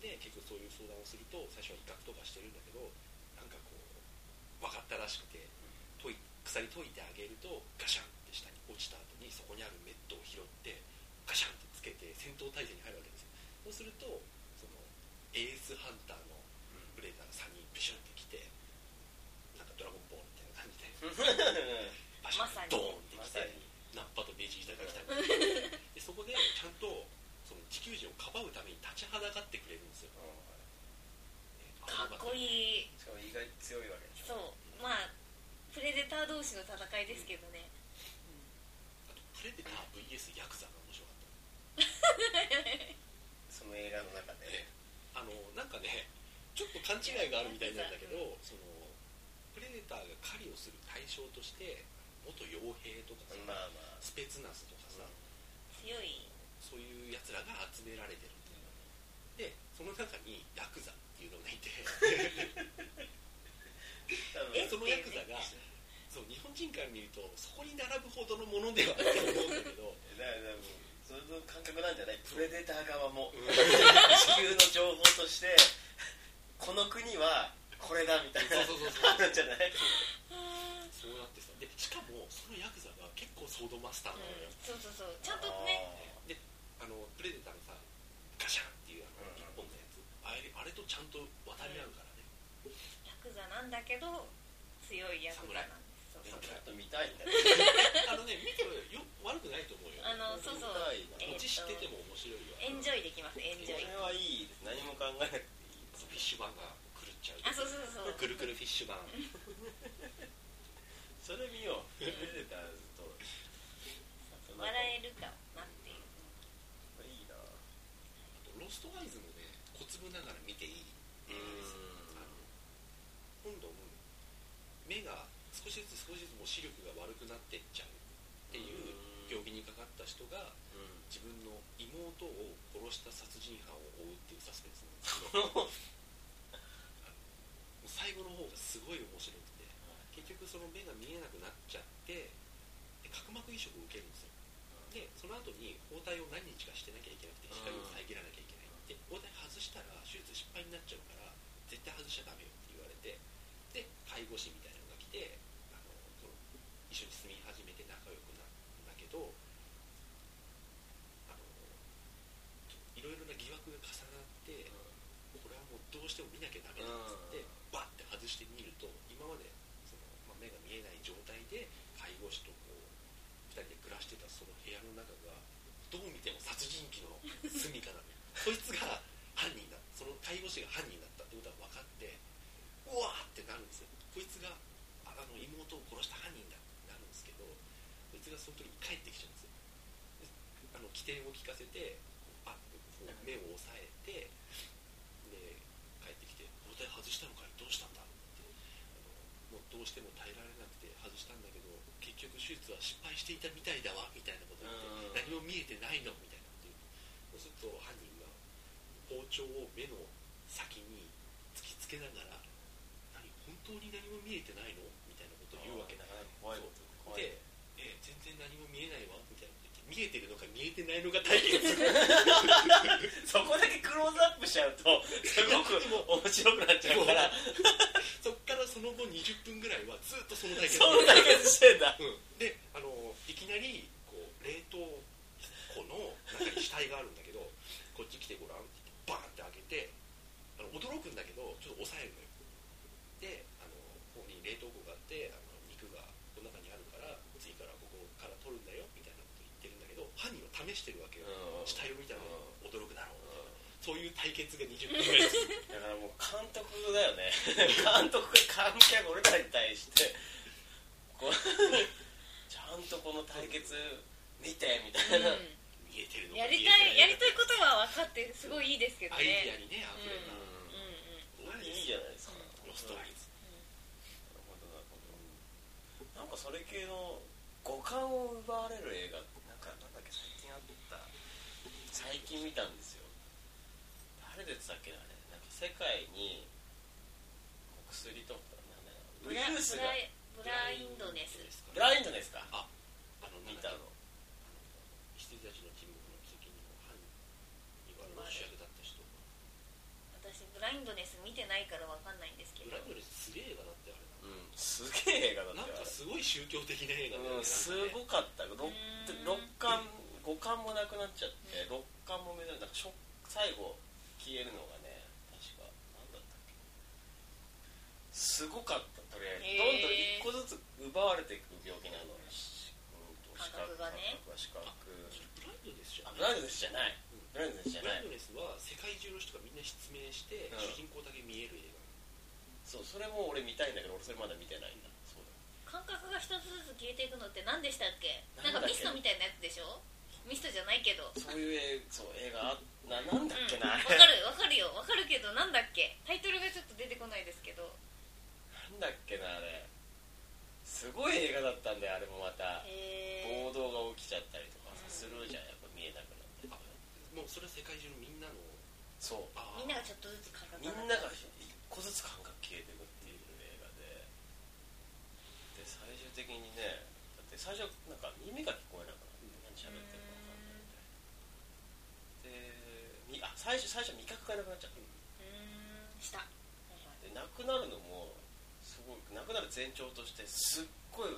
Speaker 2: で結局そういう相談をすると最初は威嚇とかしてるんだけどなんかこう分かったらしくて解い鎖解いてあげるとガシャンって下に落ちた後にそこにあるメットを拾ってガシャンってつけて戦闘態勢に入るわけですよそうするとそのエースハンターのブレイザーが3人ビシュンってきてなんかドラゴンボールみたいな感じでバシャン
Speaker 3: まさに
Speaker 2: ドーンって
Speaker 1: ま
Speaker 2: き
Speaker 1: さ
Speaker 2: て
Speaker 1: に
Speaker 2: ナッパとベジータが来たみたいなでそこでちゃんとその地球人をかばうために立ちはだかってくれるんですよ、
Speaker 1: うん
Speaker 3: かっこ
Speaker 2: い
Speaker 3: いい
Speaker 1: しかも意外に強いわけでし
Speaker 3: そ
Speaker 1: ょ
Speaker 3: うまあプレデター同士の戦いですけどね
Speaker 2: あとプレデター VS ヤクザが面白かった
Speaker 1: その映画の中で
Speaker 2: あのなんかねちょっと勘違いがあるみたいなんだけどそのプレデターが狩りをする対象として元傭兵とかさ、
Speaker 1: まあまあ
Speaker 2: スペツナスとかさ、
Speaker 3: 強い
Speaker 2: そういうやつらが集められてるっていうでその中にヤクザっていうのがいて
Speaker 1: 多 分
Speaker 2: そのヤクザがそう日本人から見るとそこに並ぶほどのものではないと思うんだけど
Speaker 1: だから多分その感覚なんじゃないプレデター側も
Speaker 2: うん
Speaker 1: 地球の情報としてこの国はこれだみたいな
Speaker 2: そうそうそうそう
Speaker 1: あるんじゃない
Speaker 3: あー
Speaker 2: そうなってさでしかもそのヤクザが結構ソードマスター
Speaker 3: う
Speaker 2: なのよ
Speaker 3: ん、そうそうそうちゃんとね
Speaker 2: であのプレデターのさガシャンっていうあの一本
Speaker 1: うん
Speaker 2: のやつあれあれとちゃんと渡り合うから ね、
Speaker 3: ヤクザなんだけど強いヤクザなんですそう
Speaker 1: あーで
Speaker 3: そう
Speaker 1: もちょっと見たいんだけ
Speaker 2: あのね見てもよ悪くないと思うよ
Speaker 3: あのそうそう
Speaker 2: 気持ち知ってても面白いよ
Speaker 3: エンジョイできますエンジョイ
Speaker 1: これはいいです何も考えなくていい
Speaker 2: フィッシュバンが狂っちゃう
Speaker 3: あそうそうそう
Speaker 2: くるくるフィッシュバン
Speaker 1: それ見ようプレデターズとこ
Speaker 3: そう笑えるかなっていう
Speaker 1: れいいな
Speaker 2: ロストアイズもね小粒ながら見ていい映画ですあの今度も目が少しずつ少しずつもう視力が悪くなってっちゃうっていう病気にかかった人が
Speaker 1: うん
Speaker 2: 自分の妹を殺した殺人犯を追うっていうサスペンスなんですけどもう最後の方がすごい面白くて結局その目が見えなくなっちゃってで角膜移植を受けるんですよでその後に包帯を何日かしてなきゃいけなくて光を遮らなきゃいけないで包帯外したら手術失敗になっちゃうから絶対外しちゃダメよって言われてで介護士みたいなのが来てあのその一緒に住み始めて仲良くなるんだけどあのいろいろな疑惑が重なってこれはもうどうしても見なきゃダメだっつってバッて外してみると今までその、まあ、目が見えない状態で介護士とこう2人で暮らしてたその部屋の中がどう見ても殺人鬼の住みかなのよそいつが犯人だその介護士が犯人だったってことが分かってうわーってなるんですよこいつがああの妹を殺した犯人だってなるんですけどこいつがその時に帰ってきちゃうんですよであの起点を聞かせてあこう目を押さえてで帰ってきて「包帯外したのかいどうしたんだ?」ってあのもうどうしても耐えられなくて外したんだけど結局手術は失敗していたみたいだわみたいなこと言って何も見えてないのみたいなこと言ってそうすると犯人が包丁を目の先に突きつけながら「何本当に何も見えてないの?」みたいなことを言うわけだ
Speaker 1: なかなか怖いこと怖い
Speaker 2: で、ええ全然何も見えないわみたいなこと言って見えてるのか見えてないのか対決する
Speaker 1: そこだけクローズアップしちゃうとすごく面白くな っちゃうから
Speaker 2: そっからその後20分ぐらいはずっとその対決
Speaker 1: そんだけしてん だ
Speaker 2: うん、であのいきなりこう冷凍庫の中に死体があるんだけど こっち来てごらんって言ってバーンって開けてあの驚くんだけどちょっと抑えるのよであのここに冷凍庫があってあの肉がこの中にあるから次からここから取るんだよみたいなこと言ってるんだけど犯人は試してるわけよ
Speaker 1: うん
Speaker 2: 死体を見たら
Speaker 1: う
Speaker 2: 驚くだろうみたいな
Speaker 1: だ
Speaker 2: そういう対決が20分ぐらいです
Speaker 1: からもう監督だ よね監督が観客俺らに対してこうちゃんとこの対決見てみたいな、
Speaker 3: うん
Speaker 2: 見言えてるの
Speaker 3: や
Speaker 2: か
Speaker 3: り
Speaker 2: 言
Speaker 3: たいや
Speaker 2: え
Speaker 3: り
Speaker 2: て
Speaker 3: たいことは分かってすごいいいですけど
Speaker 2: ないのかアイデア
Speaker 3: ね
Speaker 2: にねあふれた
Speaker 1: う
Speaker 3: うん
Speaker 1: ん
Speaker 3: うん
Speaker 1: これいいじゃないですか
Speaker 3: う
Speaker 2: ロストワイズ
Speaker 1: なるほどなるほどなんかそれ系の五感を奪われる映画なんかなんだっけ最近あった最近見たんですよ誰でしたっけあれなんか世界に薬とかなんだろうウ
Speaker 3: ブ
Speaker 1: イ
Speaker 3: ラ
Speaker 1: ル
Speaker 3: ブ
Speaker 1: スが
Speaker 3: ライブラインドネス
Speaker 1: ブライン
Speaker 2: ド
Speaker 1: ドですか
Speaker 2: ああの
Speaker 1: 見
Speaker 2: 見
Speaker 1: た
Speaker 2: た
Speaker 1: の
Speaker 2: の羊たちの沈黙の奇跡の犯人はロシアだった人
Speaker 3: 私ブラインドネス見てないから分かんないんですけ
Speaker 2: ブ
Speaker 3: ど
Speaker 2: ライドレスすげえ映画だってあれ
Speaker 1: うんすげえ映画だ
Speaker 2: な
Speaker 1: っ
Speaker 2: ん
Speaker 1: た
Speaker 2: か
Speaker 1: よ
Speaker 2: すごい宗教的な映画だ
Speaker 1: う
Speaker 2: よね
Speaker 1: んす
Speaker 2: い
Speaker 1: ごかった六
Speaker 3: うん
Speaker 1: 六巻五巻もなくなっちゃって六巻も目立たなんかしょ最後消えるのがね確か何だったっけすごかったとりあえ
Speaker 3: へー
Speaker 1: ず、どんどん一個ずつ奪われていく病気なのしうんと
Speaker 3: 感覚がね
Speaker 1: 視覚は視
Speaker 2: ブ
Speaker 1: 覚
Speaker 2: ライドレスじゃ
Speaker 1: あブ
Speaker 2: ん
Speaker 1: ラインドネスじゃな
Speaker 2: うん
Speaker 1: いブラインドネス
Speaker 2: ブ
Speaker 1: じゃな
Speaker 2: ライ
Speaker 1: い
Speaker 2: ドレスは世界中の人がみんな失明して、
Speaker 1: うん
Speaker 2: 主人公だけ見える映
Speaker 1: そうそれも俺見たいんだけど俺それまだ見てないんだそうだ
Speaker 3: 感覚が一つずつ消えていくのって何でしたっけ
Speaker 1: な
Speaker 3: なんんか
Speaker 1: だっけ
Speaker 3: ミストみたいなやつでしょミストじゃないけど
Speaker 1: そういう映そう映画あななんだっ
Speaker 3: う
Speaker 1: け
Speaker 3: ん、
Speaker 1: な、
Speaker 3: わ
Speaker 1: あれ
Speaker 3: かるわかるよわかるけどなんだっけタイトルがちょっと出てこないですけど
Speaker 1: なんだっけなあれすごい映画だったんだよあれもまた
Speaker 3: へー
Speaker 1: 暴動が起きちゃったりとかさするじゃんやっぱ見えなくなって
Speaker 2: 画あもうそれは世界中のみんなの
Speaker 1: そう
Speaker 2: あー
Speaker 3: みんながちょっとずつ感覚
Speaker 1: みん
Speaker 3: が
Speaker 1: なが一個ずつ感覚消えていくっていう映画でで最終的にねだって最初なんか耳が聞こえなくなって何喋ってるか分かんないみたいなでみあ最初最初味覚がなくなっちゃった
Speaker 3: うーんしたはいはい
Speaker 1: でなくなるのもすごいなくなる前兆としてすっごい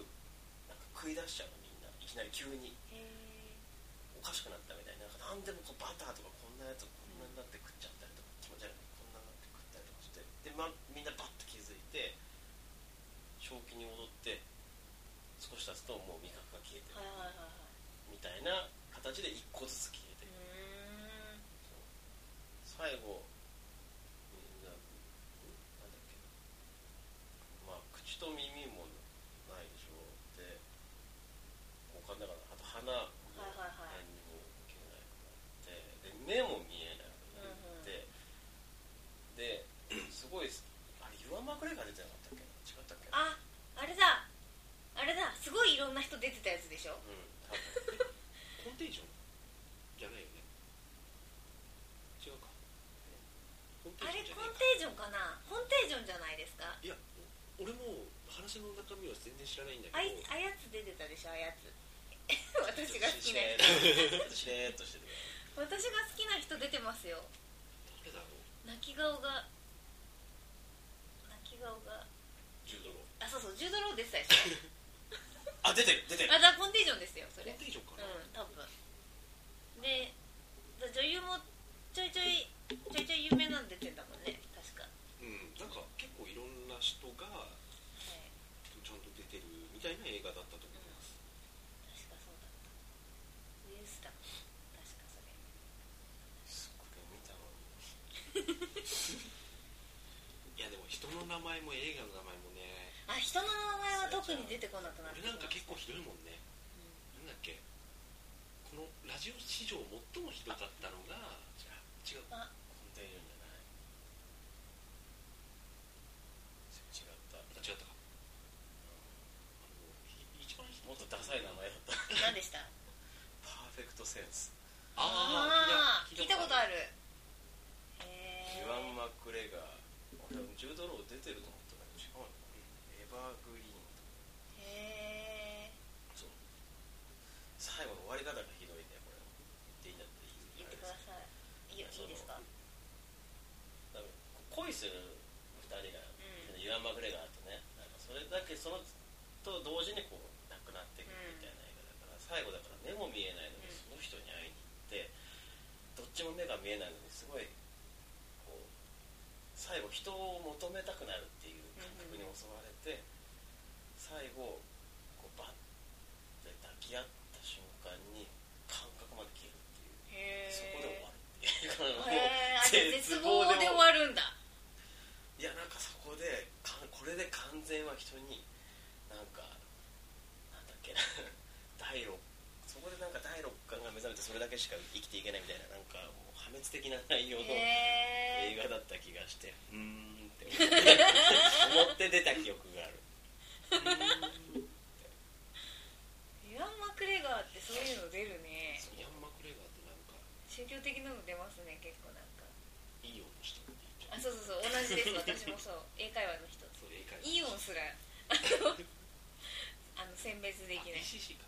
Speaker 1: なんか食い出しちゃうのみんないきなり急に
Speaker 3: へー
Speaker 1: おかしくなったみたいななんか何でもこうバターとかこんなやつをこんなになって食っちゃったりとか気持ち悪いこんなになって食ったりとかしてで、ま、みんなバッと気づいて正気に戻って少し経つともう味覚が消えて
Speaker 3: はいはい
Speaker 1: る
Speaker 3: はいはい
Speaker 1: みたいな形で一個ずつ消え
Speaker 3: う
Speaker 1: てる
Speaker 3: ーん
Speaker 1: 最後みんななんだっけまあ口と耳もないでしょうで他だからあと鼻も
Speaker 3: はいはいはい
Speaker 1: 何にも受けなくなってで目も見えなくなって、です ごいあれ岩間くらいが出てなかったっけな違ったっけ
Speaker 3: あ
Speaker 1: な
Speaker 3: あれだあれだすごいいろんな人出てたやつでしょ
Speaker 1: うん多分
Speaker 2: コンテージョンじゃないよね違うかコンテ
Speaker 3: あれ
Speaker 2: ージョンじゃ
Speaker 3: コ
Speaker 2: ない
Speaker 3: ン
Speaker 2: か
Speaker 3: テージョンかなコンテージョンじゃないですか
Speaker 2: いや俺も話の中身は全然知らないんだ
Speaker 3: あい
Speaker 2: けど
Speaker 3: あやつ出てたでしょあやつ 私が好きなやつ
Speaker 1: しれーっとしてる
Speaker 3: 私が好きな人出てますよ
Speaker 2: 誰だろう
Speaker 3: 泣き顔が泣き顔が
Speaker 2: 10ドロ
Speaker 3: あそうそうジュードロー出てたでし
Speaker 1: あ出てる出て
Speaker 3: ょ
Speaker 1: る
Speaker 3: あだからコンテージョンですよそ
Speaker 2: コン
Speaker 3: れ
Speaker 2: テージョン
Speaker 3: う
Speaker 2: かな、
Speaker 3: ん多分でだ女優もちょいちょいちょいちょい有名なんで出てんだもんね確か、は
Speaker 2: うん、なんか結構いろんな人が
Speaker 3: い
Speaker 2: ちゃんと出てるみたいな映画だったと思います、
Speaker 3: 確かそうだったウイルスだ確かそれ
Speaker 1: すごい見たのに
Speaker 2: いやでも人の名前も映画の名前もね
Speaker 3: あ人の名前は特に出てこなくなって
Speaker 2: 俺なんか結構ひどいもんねなんだっけこのラジオ史上最もひどかったのが
Speaker 1: じゃあ
Speaker 2: 違う
Speaker 3: あ
Speaker 1: コンテージョンじゃない違った
Speaker 2: あ違ったかあのひ一番ひ
Speaker 1: もっとダサい名前だった
Speaker 3: 何でした
Speaker 1: パーフェクトセンス
Speaker 2: あ
Speaker 3: ー聞いたことあ
Speaker 2: る
Speaker 3: る
Speaker 1: イ
Speaker 3: へえ
Speaker 1: ワン・マクレガー俺ジュード・ロー出てると思ったんだけど違うのかなエバーグリーンと
Speaker 3: へえ
Speaker 1: かそう最後の終わり方がひどいねこれ言っていいんだってい
Speaker 3: 言
Speaker 1: い
Speaker 3: ってくだ
Speaker 1: あれ
Speaker 3: さいいい
Speaker 1: です
Speaker 3: よいいですか
Speaker 1: 多分恋する2人が
Speaker 3: ん
Speaker 1: イワン・マクレガーとねなんかそれだけそのと同時にこう亡くなっていくみたいな映画だから最後だから目も見えないの
Speaker 3: う
Speaker 1: に
Speaker 3: ん
Speaker 1: その人に会いに行ってどっちも目が見えないのにすごいこう最後人を求めたくなるっていう感覚に襲われて最後こうバッて抱き合った瞬間に感覚まで消えるっていう
Speaker 3: へえ
Speaker 1: そこで終わるってい
Speaker 3: へーあ
Speaker 1: う
Speaker 3: れ絶
Speaker 1: もう
Speaker 3: 望で終わるんだ
Speaker 1: いやなんかそこでかんこれで完全は人になんかなんだっけな第六そこでなんか第六感が目覚めってそれだけしか生きていけないみたいななんかもう破滅的な内容の
Speaker 3: へ
Speaker 1: 映
Speaker 3: え
Speaker 1: 画だった気がしてうーんって思って思って出た記憶がある
Speaker 3: イワン・マクレガーってそういうの出るね
Speaker 2: そうヤン・マクレガーってなんか
Speaker 3: 宗教的なの出ますね結構なんか
Speaker 2: いい音したって言っちゃ
Speaker 3: あ
Speaker 2: う
Speaker 3: そうそうそう同じです私もそう英会話の一つ
Speaker 2: そう英会話
Speaker 3: イオンすらあのあの選別できな
Speaker 2: あ
Speaker 3: い
Speaker 2: ECC か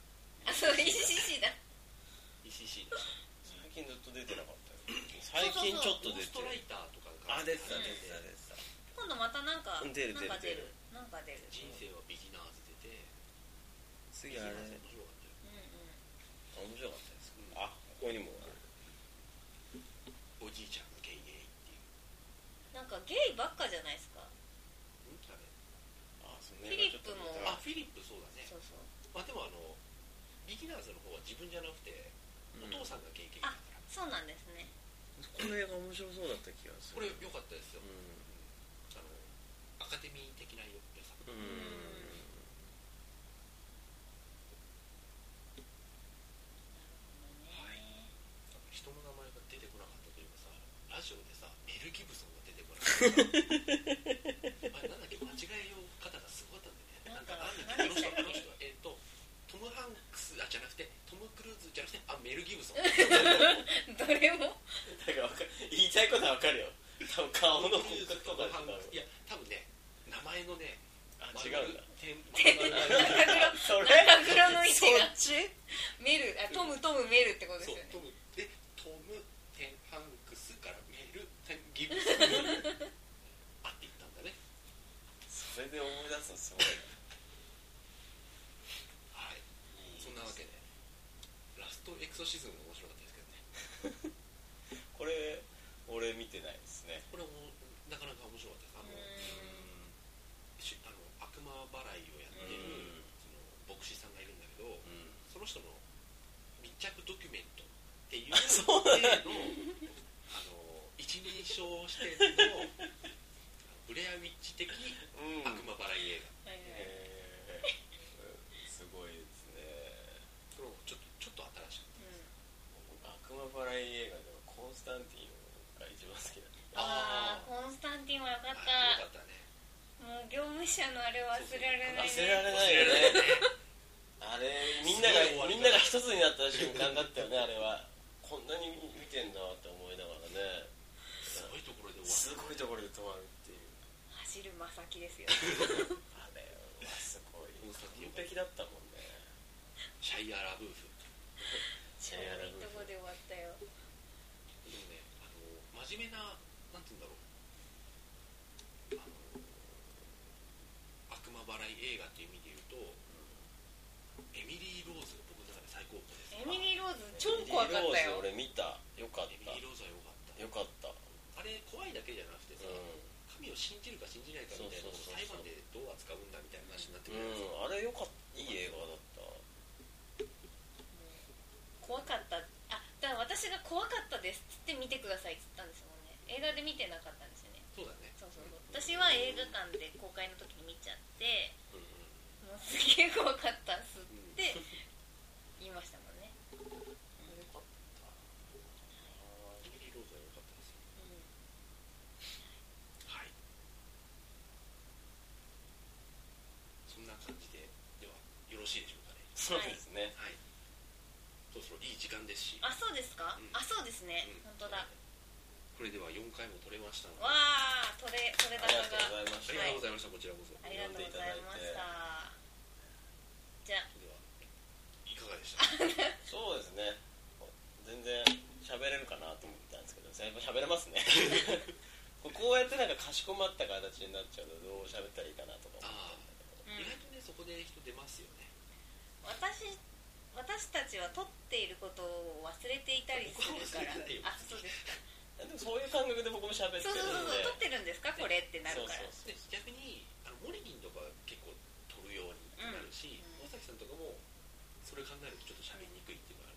Speaker 3: あそう ECC だ
Speaker 2: ECC だ
Speaker 1: 最近ずっと出てなかったよ最近ちょっと
Speaker 2: ゴー
Speaker 1: 出
Speaker 2: スト
Speaker 1: て
Speaker 2: ラ
Speaker 1: る
Speaker 2: イターとかが
Speaker 1: あ出てた
Speaker 3: うん
Speaker 1: 出てた出てた
Speaker 3: 今度またなんか
Speaker 1: うん出る
Speaker 3: なんか
Speaker 1: 出る
Speaker 3: なんか出る
Speaker 2: 人生はビギナーズ出てビ
Speaker 1: 次
Speaker 2: ギ
Speaker 1: あ
Speaker 2: ナ
Speaker 1: れ
Speaker 2: ーズ
Speaker 1: 面
Speaker 2: 面白かったよ
Speaker 3: うんう
Speaker 1: 白かったですあここにもある
Speaker 2: おじいちゃんがゲイゲイっていうん
Speaker 3: なんかゲイばっかじゃないです
Speaker 2: ん
Speaker 3: か
Speaker 2: あれ
Speaker 1: あそ
Speaker 3: フィリップも
Speaker 2: あフィリップそうだね
Speaker 3: そうそう
Speaker 2: まあでもあのビギナーズの方は自分じゃなくてお父さんがゲイゲイだから
Speaker 3: そうなんですね
Speaker 1: この映画面白そうだった気がす
Speaker 2: こ
Speaker 1: る
Speaker 2: れ良かったですよ
Speaker 1: う
Speaker 2: あのアカデミー的な良さ
Speaker 1: ん
Speaker 2: はい人の名前が出てこなかったというかさラジオでさメル・ギブソンが出てこなかったあれなんだっけ間違えよう方がすごかったんだよねなんかあんだっけあの人あの人えっとトム・ハンクスあじゃなくてトム・クルーズじゃなくてあメル・ギブソン
Speaker 3: どれも
Speaker 1: だからわかる言いたいことはわかるよ多分顔の
Speaker 2: トム・クルー
Speaker 1: 骨
Speaker 2: ズ
Speaker 1: 格
Speaker 2: ト
Speaker 1: と
Speaker 2: ム・
Speaker 1: か
Speaker 2: ハン
Speaker 1: だろ
Speaker 2: クスいや多分ね名前のね
Speaker 1: あ違うんだ
Speaker 2: だ
Speaker 1: それ
Speaker 3: 中黒の位置
Speaker 1: そ
Speaker 3: が
Speaker 1: っち
Speaker 3: メルあトムトムメルってことです
Speaker 2: そう
Speaker 3: よね
Speaker 2: トムでトム・テン・ハンクスからメル・テン・ギブソンあって言ったんだね
Speaker 1: それで思い出すのすごい
Speaker 2: はいそんなわけでラストエクソシズムも面白かったですけどね
Speaker 1: これ俺見てないですね
Speaker 2: これもなかなか面白かったですあのしあの悪魔払いをやってる
Speaker 1: うん
Speaker 2: その牧師さんがいるんだけど
Speaker 1: うん
Speaker 2: その人の密着ドキュメントっていう
Speaker 1: あそうなん
Speaker 2: 例
Speaker 1: だ
Speaker 2: のあの一人称視点のあのブレアウィッチ的
Speaker 1: うん
Speaker 2: 悪魔払い映画
Speaker 3: はいはい
Speaker 1: へーすごいですね
Speaker 2: それもちょっとちょっと新しく
Speaker 3: うん
Speaker 1: 悪魔払い映画ではコンスタンティンが一番好きだ
Speaker 3: ああコンスタンティンはよかっ
Speaker 2: あよ
Speaker 3: た
Speaker 2: かったね
Speaker 3: もう業務者のあれは忘れられない
Speaker 1: 忘れ
Speaker 3: ね
Speaker 1: られないよねあれみんな
Speaker 2: すご
Speaker 1: が
Speaker 2: い終わりだ
Speaker 1: みんなが一つになった瞬間だったよねあれはこんなに見てんだって思いながらね
Speaker 2: すごいところで終わ
Speaker 1: すごいところで止まるって
Speaker 3: 走る正木
Speaker 1: いう
Speaker 3: ですよ
Speaker 1: あれはすごい
Speaker 2: コンスタンティン
Speaker 1: 完璧だったもんね
Speaker 2: るシャイア・ラブーフ
Speaker 3: ちょうどいいとこで終わったよ
Speaker 2: でもねあの真面目ななんて言うんだろうあの悪魔払い映画っていう意味で言うと、エミリー・ローズが僕の中で最高峰です
Speaker 3: エミリー・ローズ超怖かったよ
Speaker 1: エミリーローズ俺見たよかっ
Speaker 2: エミ
Speaker 1: た
Speaker 2: リー・ローズは良かった
Speaker 1: よか
Speaker 2: あ
Speaker 1: った
Speaker 2: れ怖いだけじゃなくて
Speaker 1: う
Speaker 2: さ、
Speaker 1: ん、
Speaker 2: 神を信じるか信じないかみたいなのを
Speaker 1: そうそうそうそう
Speaker 2: 裁判でどう扱うんだみたいな話になってくるじゃないですか、
Speaker 1: うん、あれよかったいい映画だった
Speaker 3: 怖かったあだから私が怖かったですっつって見てくださいっつったんですもんね映画で見てなかったんですよね
Speaker 2: そうだね
Speaker 3: そうそうそう私は映画館で公開の時に見ちゃって
Speaker 2: うんうん
Speaker 3: もうすげえ怖かったっすって言いましたもんね
Speaker 2: エミリー・ローズは良かったですよはいそんな感じでではよろしいでしょうかね
Speaker 1: そうですね、
Speaker 2: はい。そろそろいい時間ですし、
Speaker 3: あそうですか、
Speaker 2: うん
Speaker 3: あそうですね、
Speaker 2: うん
Speaker 3: 本当だ
Speaker 2: これでは4回も取れましたので、
Speaker 3: わ
Speaker 2: あ
Speaker 3: あ取れ取れ
Speaker 1: ありが
Speaker 3: 高
Speaker 1: とう
Speaker 3: が
Speaker 1: ございまし
Speaker 2: り
Speaker 1: た、
Speaker 2: がとうございました。こちらこそ。そ
Speaker 3: あ
Speaker 2: れ
Speaker 3: り
Speaker 2: で
Speaker 3: がとうございましたじゃあ
Speaker 2: はいかがでした。
Speaker 1: そうですね全然喋れるかなと思ったんですけど全部喋れます ねこうやってなんかかしこまった形になっちゃうとどう喋ったらいいかなとか思ったんだけど
Speaker 3: う
Speaker 2: 意
Speaker 3: ん
Speaker 2: 外とねそこで人出ますよね。
Speaker 3: 私私たちは撮っていることを忘れていたりするから
Speaker 2: 僕は忘れてないよ
Speaker 3: あそうですか
Speaker 1: でもそういう感覚で僕も喋って
Speaker 3: そう
Speaker 1: る
Speaker 3: そう
Speaker 1: ん
Speaker 3: そう
Speaker 1: で
Speaker 3: 撮ってるんですかこれってなるから
Speaker 1: そう
Speaker 2: で逆にあのモリリンとか結構取るようになるし、
Speaker 3: うん
Speaker 2: 大崎さんとかもそれ考えるとちょっと喋りにくいっていうの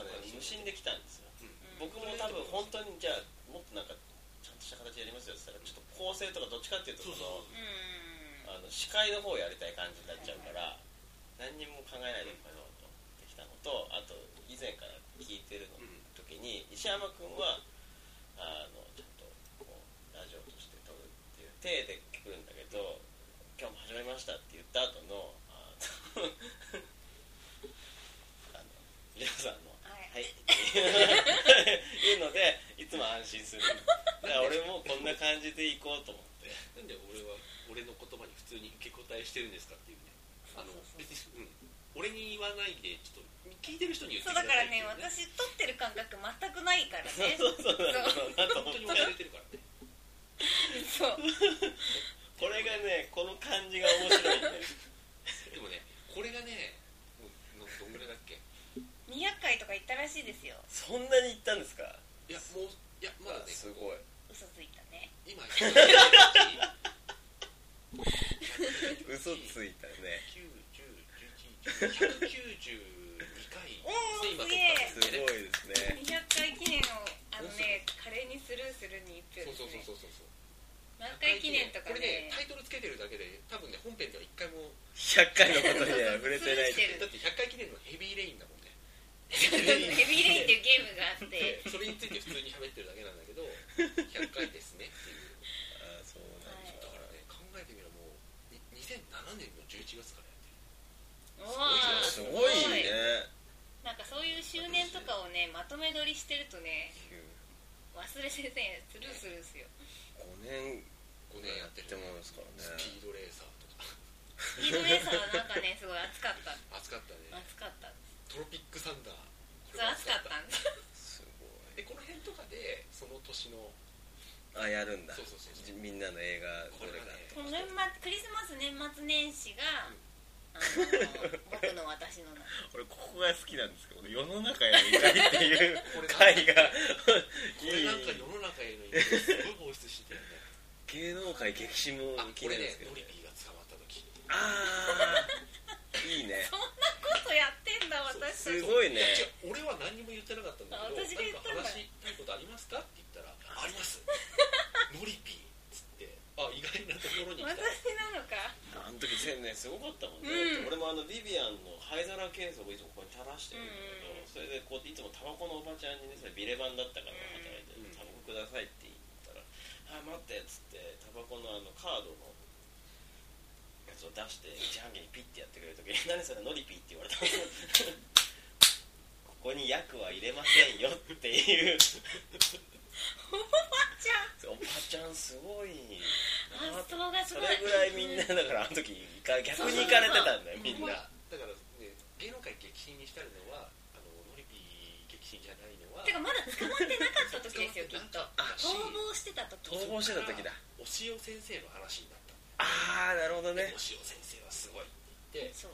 Speaker 2: がある。
Speaker 1: 今日はね無心できたんですよ
Speaker 3: うん
Speaker 1: 僕も多分本当にじゃあもっとなんかちゃんとした形でやりますよって言ったらちょっと構成とかどっちかっていうと
Speaker 2: そうそう
Speaker 1: こ
Speaker 3: うんうん
Speaker 1: のあの司会の方をやりたい感じになっちゃうから何にも考えないでいこうとできたのとあと以前から聞いてるの
Speaker 2: うん
Speaker 1: 時に石山君はあのちょっとこうラジオとして撮るっていう体で来るんだけど「今日も始めました」って言った後のあの あの皆さんの「
Speaker 3: はい
Speaker 1: はい」っていういうのでいつも安心するだから俺もこんな感じで行こうと思って
Speaker 2: なんで俺は俺の言葉に普通に受け答えしてるんですかっていうねあの別に、うん、俺に言わないでちょっと聞いてる人に言ってく
Speaker 3: そう
Speaker 2: だ
Speaker 3: だ
Speaker 2: さいっ
Speaker 3: から
Speaker 2: てい
Speaker 3: ね
Speaker 2: う
Speaker 3: 私撮ってる感覚全くないからね
Speaker 1: そうそうなのかなと思
Speaker 2: 本当に
Speaker 1: って
Speaker 2: 忘れてるからね
Speaker 3: そう
Speaker 1: これがねこの感じが面白いん だよ
Speaker 2: でもねこれがねもうどんぐらいだっけ
Speaker 3: 200回とか行ったらしいですよ
Speaker 1: そんなに行ったんですか
Speaker 2: いやもういやまだね
Speaker 1: すごい
Speaker 3: 嘘ついたね
Speaker 2: 今100
Speaker 1: 嘘 ついたね
Speaker 2: 192回
Speaker 3: おー
Speaker 2: 今撮っ
Speaker 3: すげえ
Speaker 1: す
Speaker 2: たんだよ
Speaker 1: ご
Speaker 2: ね
Speaker 1: いですね
Speaker 3: 200回記念をあのね華麗にスルーする に1票
Speaker 2: そう
Speaker 3: です
Speaker 2: そうそう
Speaker 3: ね
Speaker 2: そうそう
Speaker 3: 何回記念とか
Speaker 2: これね
Speaker 3: ね
Speaker 2: タイトルつけてるだけで多分ね本編では一回も
Speaker 1: 100回のことには触れてない
Speaker 3: スルーしてる
Speaker 2: だって100回記念のヘビーレインだもんね
Speaker 3: ヘビーレインっていうゲームがあって
Speaker 2: でそれについて普通に喋ってるだけなんだけど100回ですねっていう
Speaker 1: あーそうなん
Speaker 2: だからね考えてみればもうに2007年の11月からやってる
Speaker 3: お
Speaker 1: だ
Speaker 3: ー
Speaker 1: すごいね
Speaker 3: なんかそういう周年とかをねまとめ撮りしてるとね忘れ先生スルーするんですよ
Speaker 1: 5年
Speaker 2: 5年やってる
Speaker 1: やってもんですからね
Speaker 2: スピードレーサーとか
Speaker 3: スピードレーサーはなんかねすごい熱かった
Speaker 2: 熱かったね
Speaker 3: 熱かったそ
Speaker 2: トロピックサンダーこ
Speaker 3: う
Speaker 2: れも
Speaker 3: 熱かったんです
Speaker 1: すご
Speaker 2: でこの辺とかでその年の
Speaker 1: いあやるんだ
Speaker 2: そうそうそうそう
Speaker 1: みんなの映画
Speaker 2: こ
Speaker 1: ど
Speaker 2: れ
Speaker 1: れ
Speaker 2: が
Speaker 1: か
Speaker 2: ね
Speaker 3: この年末クリスマス年末年始が、あの僕の私のな
Speaker 1: 俺ここが好きなんですけど世の中への怒りっていう
Speaker 2: これ
Speaker 1: 回が
Speaker 2: これなんか世の中への意味すごい放出してたよね
Speaker 1: 芸能界激震も
Speaker 2: あ
Speaker 1: 気
Speaker 2: こ
Speaker 1: にな
Speaker 2: れ
Speaker 1: る
Speaker 2: ね
Speaker 1: んですけど
Speaker 2: ノリピーが捕まった時
Speaker 1: ああいいね
Speaker 3: そんなことやってんだ私た
Speaker 1: す
Speaker 3: ち
Speaker 1: ごいね
Speaker 2: いや違う俺は何も言ってなかったんだけど
Speaker 3: あ私が言ったんだ
Speaker 2: なんか話したいことありますかって言ったら「あり ます」「ノリピー」っつってあ意外なところに来
Speaker 3: 私
Speaker 2: た
Speaker 3: なのか
Speaker 1: あの時全年すごかったもんね、
Speaker 3: うん
Speaker 1: 俺もあのビビアンの灰皿ケースをいつもここに垂らしてるんだけど、
Speaker 3: うん
Speaker 1: それでこういつもタバコのおばちゃんにねそれビレバンだったから働いて
Speaker 2: うん
Speaker 1: 「タバコください」って言ったら「あ待って」っつってタバコのあのカードのやつを出して自販機にピッてやってくれる時に 「何それノリピー」って言われたのここに薬は入れませんよっていう
Speaker 3: おばちゃん
Speaker 1: おばちゃんすごいな
Speaker 3: 発想がす
Speaker 1: そ
Speaker 3: ごい
Speaker 1: れぐらいみんなだからあの時いか逆に行かれてたんだよみん
Speaker 2: ま
Speaker 1: な
Speaker 2: あだからね芸能界激震にしたるのはあのノリピー激震じゃないのは
Speaker 3: てかまだ捕まってなかった時ですよきっ
Speaker 2: なん
Speaker 3: と
Speaker 2: かあ
Speaker 3: 逃亡してた時
Speaker 1: 逃亡してた時だ
Speaker 2: お塩先生の話になった
Speaker 1: ああなるほど
Speaker 2: で
Speaker 1: ね
Speaker 2: お、塩先生はすごいって言って
Speaker 3: そう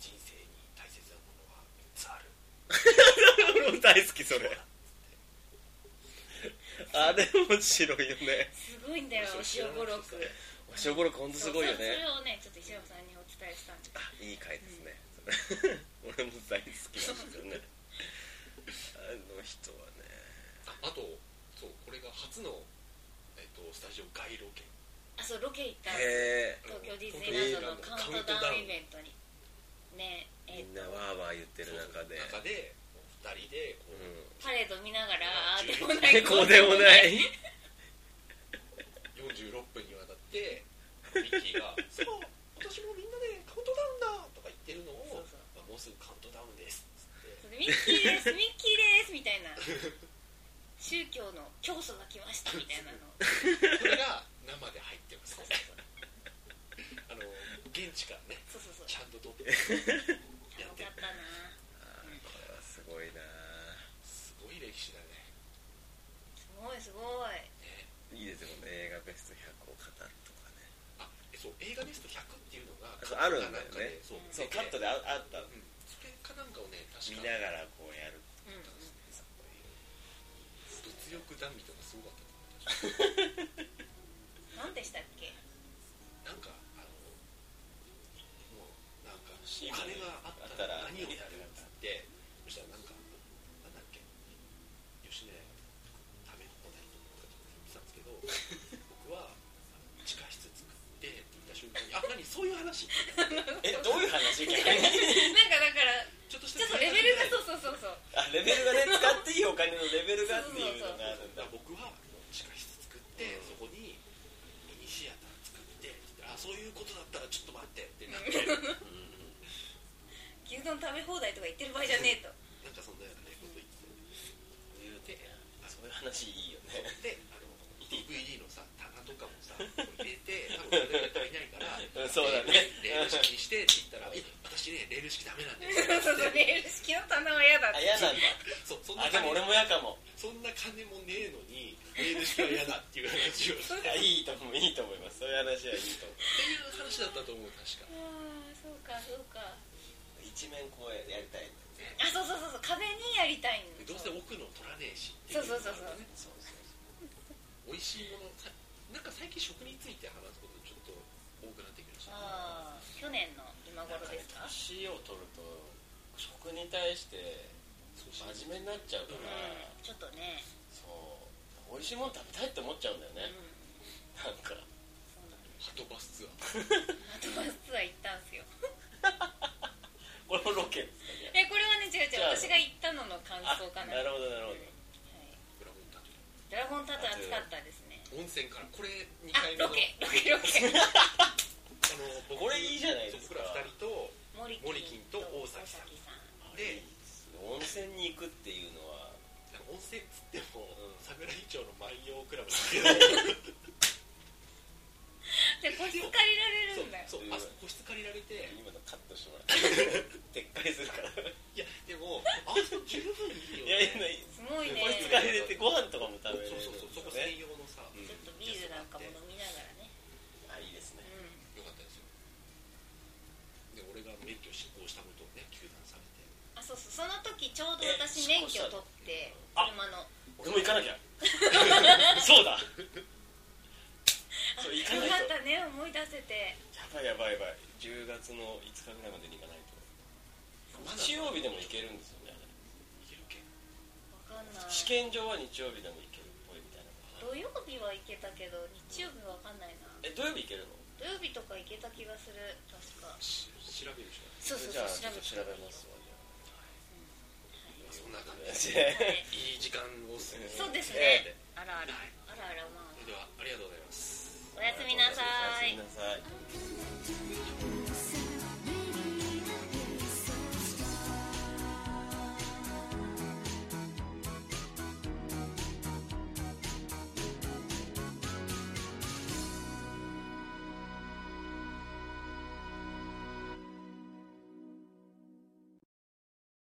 Speaker 2: 人生に大切なものは3つある
Speaker 1: 俺も大好きそれあれ面白いよね
Speaker 3: すごいんだよ
Speaker 2: そう
Speaker 3: 塩五六
Speaker 2: 知らな
Speaker 1: お正五六ほんとすごいよ
Speaker 3: そうそれ
Speaker 1: ね
Speaker 3: をねちょっと石山さんにお伝えしたんで
Speaker 1: あいい回ですね、 俺も大好きなんですよねあの人はね
Speaker 2: ああとそうこれが初の、えっとスタジオ外ロケ
Speaker 3: あそうロケ行った
Speaker 1: へえ
Speaker 3: 東京ディズニーランドのカウントダウンイベントにね
Speaker 1: み
Speaker 3: え
Speaker 1: ん
Speaker 3: ー
Speaker 1: な
Speaker 3: と
Speaker 1: わーわー言ってる中で
Speaker 2: 中で2人でこ
Speaker 1: う
Speaker 2: う、
Speaker 3: パレード見ながらああ
Speaker 2: うん
Speaker 3: でもない
Speaker 1: んこうでもない
Speaker 2: 46分にわたってミッキー が「そう今年もみんなでカウントダウンだ!」とか言ってるの
Speaker 3: そう
Speaker 2: を
Speaker 3: そう
Speaker 2: 「まあもうすぐカウントダウンです」っつって
Speaker 3: ミッキーですミッキーですみたいな宗教の教祖が来ましたみたいなの
Speaker 2: これが生で入ってますねあの現地からね
Speaker 3: そうそうそう
Speaker 2: ちゃんと撮って
Speaker 3: よかったな
Speaker 1: あーこれはすごいな
Speaker 2: すごい歴史だね
Speaker 3: すごいすごい
Speaker 2: ね
Speaker 1: いいですよね映画ベスト100を語るとかね
Speaker 2: あえそう映画ベスト100っていうのが
Speaker 1: そうあるんだよね
Speaker 2: カットかなんかでそう
Speaker 1: そう
Speaker 2: 出て
Speaker 1: カットでああったの
Speaker 2: うんそれかなんかをね確
Speaker 1: 見
Speaker 2: か
Speaker 1: ながらこうやる
Speaker 3: うんうん
Speaker 2: 物欲談義とかすごかったと思う確か
Speaker 3: 何でしたっけ
Speaker 2: なんかあのもうなんかお金があったら何をやるっつってそしたらなんかなんだっけ吉野家食べ放題とか言ってたんですけど僕は地下室作ってって言った瞬間にあ何そういう話みたいな
Speaker 1: えどういう話逆に
Speaker 3: なんかだから
Speaker 2: ちょっとし
Speaker 3: ちょ
Speaker 2: た
Speaker 3: っとレベルが
Speaker 2: そ
Speaker 3: そうそうそうそう
Speaker 1: レベルがね使っていいお金のレベルがっていうのがあるんだ
Speaker 2: だから僕はもう地下室作って、
Speaker 1: うん
Speaker 2: そこにミニシアター作ってあそういうことだったらちょっと待ってってなって
Speaker 1: うん
Speaker 3: 牛丼食べ放題とか言ってる場合じゃねえと
Speaker 2: なんかそんなようなねこと言って
Speaker 1: でそういう話いいよね
Speaker 2: であの DVD のさ棚とかもさこう入れて多分誰が足りないから
Speaker 1: うんそうだね
Speaker 2: レール式にしてって言ったら「いや私ねレール式ダメなんだよ」
Speaker 3: そうそう
Speaker 2: って
Speaker 3: レール式の棚は嫌だっ
Speaker 1: あ
Speaker 3: て
Speaker 1: 嫌なんだ
Speaker 2: そうそんな
Speaker 1: あでも俺も嫌かも
Speaker 2: そんな金もねえのにレール式は嫌だっていう話をして
Speaker 1: いやいいと思ういいと思いますそういう話はいいと思う
Speaker 2: っていう話だったと思う確か
Speaker 3: あーそうかそうか
Speaker 1: 一面公演やりたいんだよね
Speaker 3: あそうそうそうそう壁にやりたいん
Speaker 2: どうせ奥の取らねえしってい
Speaker 3: そうそうそうそう
Speaker 1: そうそうそ
Speaker 2: 美味しいものさなんか最近食について話すことちょっと多くなってきました
Speaker 3: ああ去年の今
Speaker 1: うなん
Speaker 3: 頃
Speaker 1: か
Speaker 3: で
Speaker 1: ね
Speaker 3: すか
Speaker 1: 年を取ると食に対して真面目になっちゃうか
Speaker 3: う
Speaker 1: ら
Speaker 3: んちょっとね
Speaker 1: そう美味しいもの食べたいって思っちゃうんだよ
Speaker 3: うん
Speaker 1: ねなんか
Speaker 3: そうなんです
Speaker 2: ハトバスツアー
Speaker 3: あとバスツアー行ったんですよ
Speaker 1: これもロケですかね
Speaker 3: えこれはね違う違
Speaker 1: じゃあ
Speaker 3: う私が行ったのの感
Speaker 1: あ
Speaker 3: 想かな
Speaker 1: なるほどなるほど
Speaker 3: はい
Speaker 2: ブラボンタという
Speaker 3: ドラゴンタトゥー熱かったですね
Speaker 2: 温泉からこれ2
Speaker 3: あ
Speaker 2: 回目の
Speaker 3: ロケロケロケ
Speaker 2: あの僕
Speaker 1: これいいじゃないです
Speaker 2: そ
Speaker 1: か
Speaker 2: う僕ら2人と
Speaker 3: 森
Speaker 2: 森金と大崎さん
Speaker 3: さん
Speaker 2: で
Speaker 1: 温泉に行くっていうのは
Speaker 2: なんか温泉っつっても、
Speaker 1: うん
Speaker 2: 桜木町の万葉クラブだけど
Speaker 3: で個室借りられるんだよ
Speaker 2: そうそうあそこ個室借りられて
Speaker 1: 今のカットしてもらって撤回するからい
Speaker 2: いやでもあそこ十分いいよ
Speaker 1: やいや
Speaker 2: ね
Speaker 1: い
Speaker 3: すごいね
Speaker 1: これ使い入れてご飯とかも食べれるん
Speaker 2: そうそうそうそこ専用のさ、
Speaker 1: うん
Speaker 3: ちょっとビールなんかも飲みながらね
Speaker 1: あいいですね
Speaker 3: うん
Speaker 2: よかったですよで俺が免許失効したことをね糾弾されて
Speaker 3: あそうそうその時ちょうど私免許取って
Speaker 1: あ
Speaker 3: 車の
Speaker 1: 俺も行か なきゃそうだそう行か
Speaker 3: よ
Speaker 1: ない
Speaker 3: かった
Speaker 1: と
Speaker 3: ね思い出せて
Speaker 1: やばいやばいやばい10月の5日ぐらいまでに行かないと日曜日でも行けるんですよね
Speaker 2: いけるけ
Speaker 3: わかんない
Speaker 1: 試験場は日曜日でも行けるっぽいみたいな
Speaker 3: 土曜日は行けたけど日曜日わかんないな
Speaker 1: え土曜日行けるの
Speaker 3: 土曜日とか行けた気がする確か
Speaker 2: し調べるしかない
Speaker 3: そうそう
Speaker 1: じゃあ
Speaker 3: そう
Speaker 1: ちょっと
Speaker 3: 調
Speaker 1: 調
Speaker 3: べ
Speaker 1: べ
Speaker 3: て
Speaker 1: ます わじゃあ
Speaker 2: まあそんな感じで
Speaker 3: はい
Speaker 2: いい時間を過ご
Speaker 3: そうです
Speaker 1: え
Speaker 3: ねあらあら
Speaker 2: はい
Speaker 3: あらあらまあ
Speaker 2: ではありがとうございます
Speaker 3: おやすみなさ
Speaker 1: おや
Speaker 3: い
Speaker 1: すみなさい
Speaker 4: I'm gonna do it.